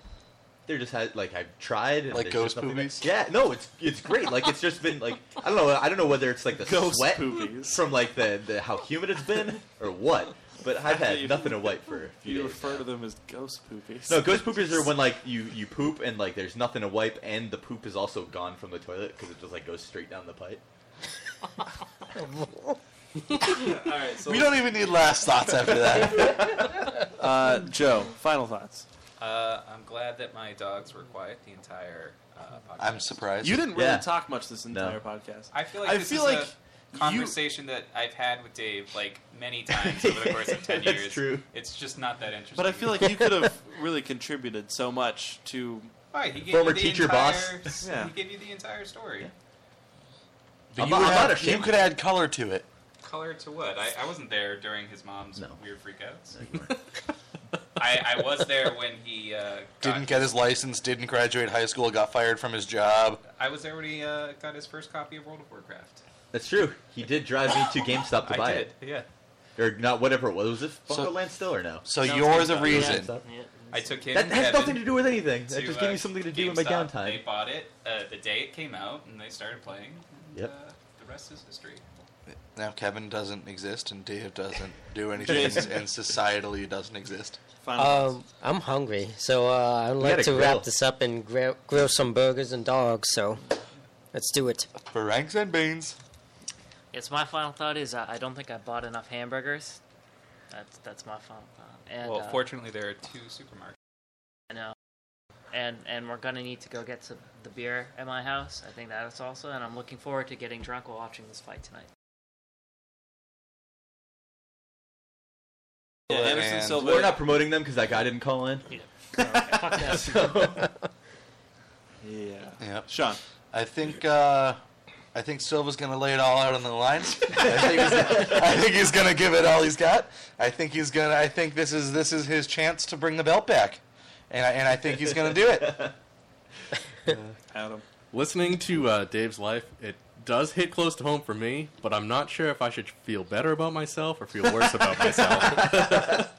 There just had like I've tried and
Like
there's
ghost
just nothing
poopies?
there. Yeah, no, it's it's great. Like it's just been like I don't know. I don't know whether it's like the
Ghost
sweat
poopies.
from like the, the how humid it's been or what. But I've
You-
had nothing to wipe for a few
You
days.
refer to them as ghost poopies.
No, ghost poopers are when like you you poop and like there's nothing to wipe and the poop is also gone from the toilet because it just like goes straight down the pipe.
(laughs) All right, so
We don't even need last thoughts after that.
uh, Joe, final thoughts.
Uh, I'm glad that my dogs were quiet the entire uh, podcast.
(laughs) I'm surprised.
You didn't really
Yeah.
talk much this
No.
entire podcast.
I feel like
I
this
feel
is
like
a conversation that I've had with Dave like
(laughs)
many times over the course of ten
That's
years.
true.
It's just not that interesting.
But I feel like you could (laughs) have really contributed so much to.
Why, he gave
Former
you the
teacher,
entire,
boss.
Yeah.
He gave you the entire story.
I'm,
you,
not-
would
I'm
add-
not
you
ashamed.
could add color to it.
Color to what? I, I wasn't there during his mom's
No.
weird freakouts. (laughs) I, I was there when he uh, got,
Didn't get his license, didn't graduate high school, got fired from his job.
I was there when he uh, got his first copy of World of Warcraft.
That's true. He did drive me to GameStop to
I
buy
did. Yeah.
it, or not whatever it was. Was it Funko
So-
Land still or no?
So
Sounds
you're
good.
the
Yeah.
reason.
GameStop.
Yeah.
I took him.
That has
Kevin,
nothing to do with anything. That
to,
just
uh,
gave me something to do in my
GameStop. They
downtime.
bought it uh, the day it came out, and they started playing. And,
Yep.
Uh, the rest is history.
Now Kevin doesn't exist and Dave doesn't do anything
Jason.
and societally doesn't exist.
Final
Um,
thoughts.
I'm hungry, so uh, I'd like
gotta
to
grill.
wrap this up and grill, grill some burgers and dogs. So let's do it.
For ranks and beans.
Yes, my final thought is I, I don't think I bought enough hamburgers. That's that's my final thought. And,
well,
uh,
fortunately, there are two supermarkets.
I know. And and we're gonna need to go get some the beer at my house. I think that's also, and I'm looking forward to getting drunk while watching this fight tonight.
yeah, Anderson
and-
Silva.
We're not promoting them because that guy didn't call in.
(laughs) Fuck this.
Yeah.
Yep.
Sean.
I think uh, I think Silva's gonna lay it all out on the line. I think, he's, I think he's gonna give it all he's got. I think he's gonna. I think this is this is his chance to bring the belt back, and I, and I think he's gonna do it.
Adam.
Listening to uh, Dave's life, it does hit close to home for me, but I'm not sure if I should feel better about myself or feel worse about
(laughs)
myself.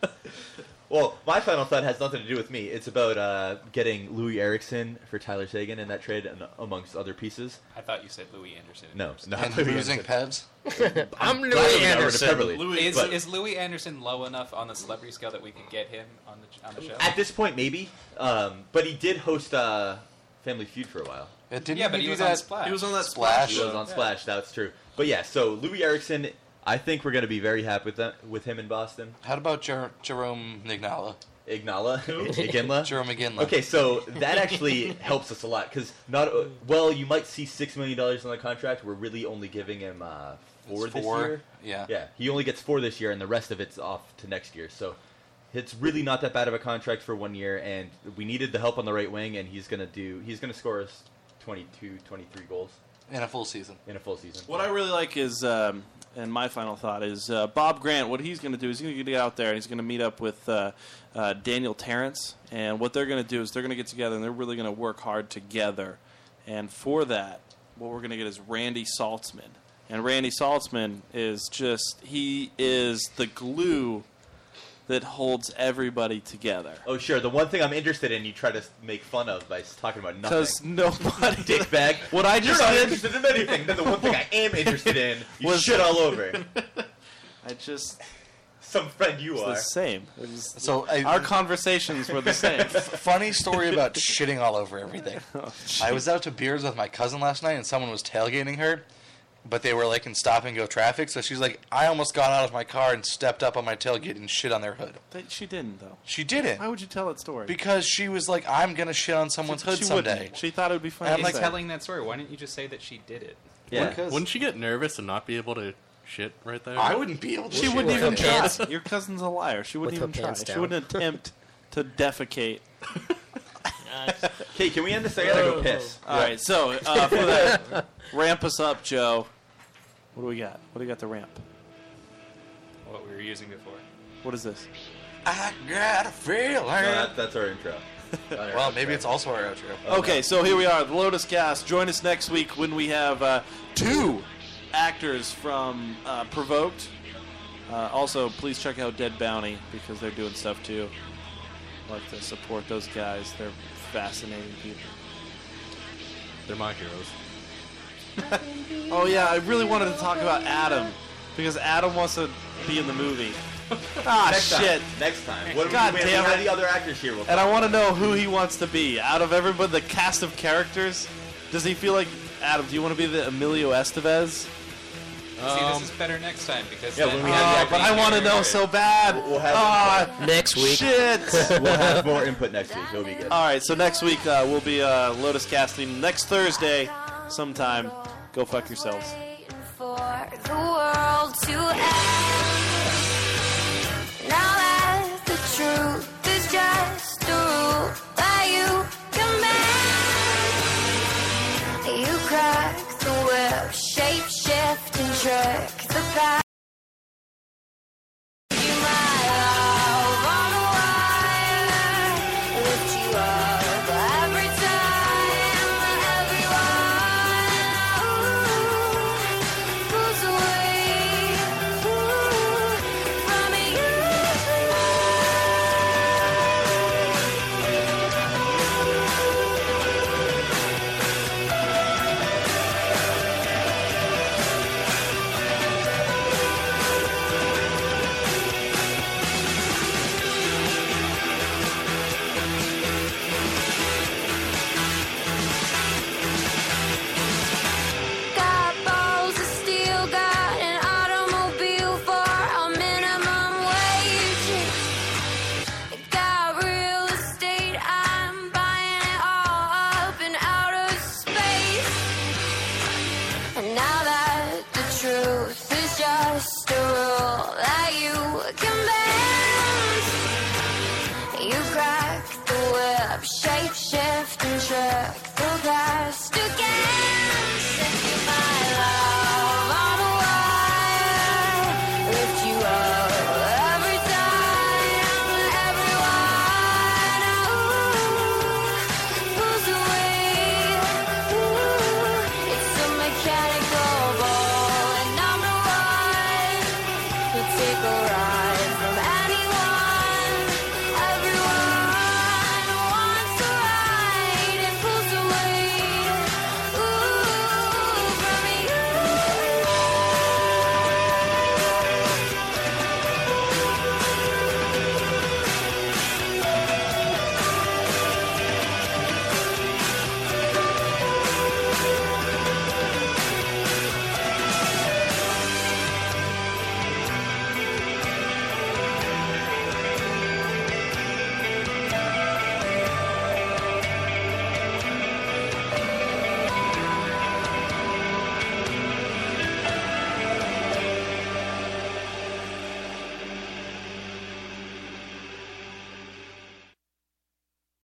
Well, my final thought has nothing to do with me. It's about uh, getting Louis Erickson for Tyler Sagan in that trade, and amongst other pieces.
I thought you said Louis Anderson.
No, no,
And losing Pevs.
I'm
Glad we
Louis
got rid of
Anderson.
Peverly.
Is,
but-
is Louis Anderson low enough on the celebrity scale that we could get him on the on the show?
At this point, maybe. Um, but he did host uh, Family Feud for a while.
It Uh, didn't
yeah, but he
do
was on
that.
Splash.
He was on that
Splash.
splash.
He was on
Yeah.
Splash. That's true. But yeah, so Louis Erickson, I think we're going to be very happy with that, with him in Boston.
How about Jer- Jerome Nignala?
Ignala, Iginla.
Jerome Iginla.
Okay, so that actually helps us a lot because not well, you might see six million dollars on the contract. We're really only giving him uh, four
It's
this
four.
year.
Yeah.
Yeah, he only gets four this year, and the rest of it's off to next year. So it's really not that bad of a contract for one year, and we needed the help on the right wing, and he's gonna do. He's gonna score us 22, 23 goals
In a full season.
in a full season.
What I really like is, um, and my final thought is, uh, Bob Grant. What he's going to do is he's going to get out there and he's going to meet up with uh, uh, Daniel Terrence. And what they're going to do is they're going to get together and they're really going to work hard together. And for that, what we're going to get is Randy Saltzman. And Randy Saltzman is just he is the glue that holds everybody together.
Oh, sure. The one thing I'm interested in, you try to s- make fun of by s- talking about
Because
nothing.
(laughs) nobody
Dickbag.
What I
You're
just
not
did
interested in anything. Then the one thing I am interested in,
(laughs)
you
Was-
shit all over.
I just
Some friend you
it's
are.
the same. It was-
So I,
our conversations (laughs) were the same.
funny story about shitting all over everything. I was out to beers with my cousin last night, and someone was tailgating her, but they were like in stop and go traffic. So she's like, I almost got out of my car and stepped up on my tailgate and shit on their hood.
But she didn't, though.
She didn't
Why would you tell that story?
because she was like, I'm gonna shit on someone's hood
she
someday.
Wouldn't. She thought it would be funny.
I'm
to
like
say.
telling that story. Why didn't you just say that she did it?
Yeah.
Because
Wouldn't you get nervous and not be able to shit right there?
I wouldn't be able to.
She
shit
wouldn't
right
even
now.
try.
pants.
Your cousin's a liar. She wouldn't
With her
even try.
pants
She
down.
wouldn't attempt to defecate.
Okay, can we end this? I gotta go piss.
(laughs) All right, so uh, for that, ramp us up, Joe. What do we got? What do we got the ramp?
What we were using before.
What is this?
I got a feeling.
No, that, that's our intro.
well, maybe it's also our outro.
Okay, so here we are, the Lotus Cast. Join us next week when we have uh, two actors from uh, Provoked. Uh, also, please check out Dead Bounty because they're doing stuff too. Like to support those guys; they're fascinating people.
They're my heroes.
Oh yeah, I really wanted to talk about Adam because Adam wants to be in the movie. Ah
(laughs)
shit!
Time. Next time. What
God
we,
damn
we have
it.
the other actors here. We'll
And I want to know who he wants to be out of everybody, the cast of characters. Does he feel like Adam? Do you want to be the Emilio Estevez?
See,
Um,
this is better next time because
yeah,
then
when
we
we
have
have-
Oh,
every
but I want to
character.
know so bad.
We'll have-
Ah,
Next week.
shit.
(laughs) we'll have more input next week. It'll be good.
All right, so next week uh, we'll be uh, Lotus casting next Thursday sometime. Go fuck yourselves.
Waiting For the world to end. Now that the truth is just a rule that you command. You crack the whip, shape shift and trick the path. You my love on the wire. Lift you up every time, everyone pulls away from you. Got balls of steel, got an automobile for a minimum wage. Got real estate, I'm buying it all up in outer space. And now that the truth is just a rule that you can bend, you crack the whip, shape shift and trick the past again. Send you my love on a wire, lift you up every time, everyone. Ooh, pulls away. Ooh, it's a mechanical ball, and I'm the one to take a ride.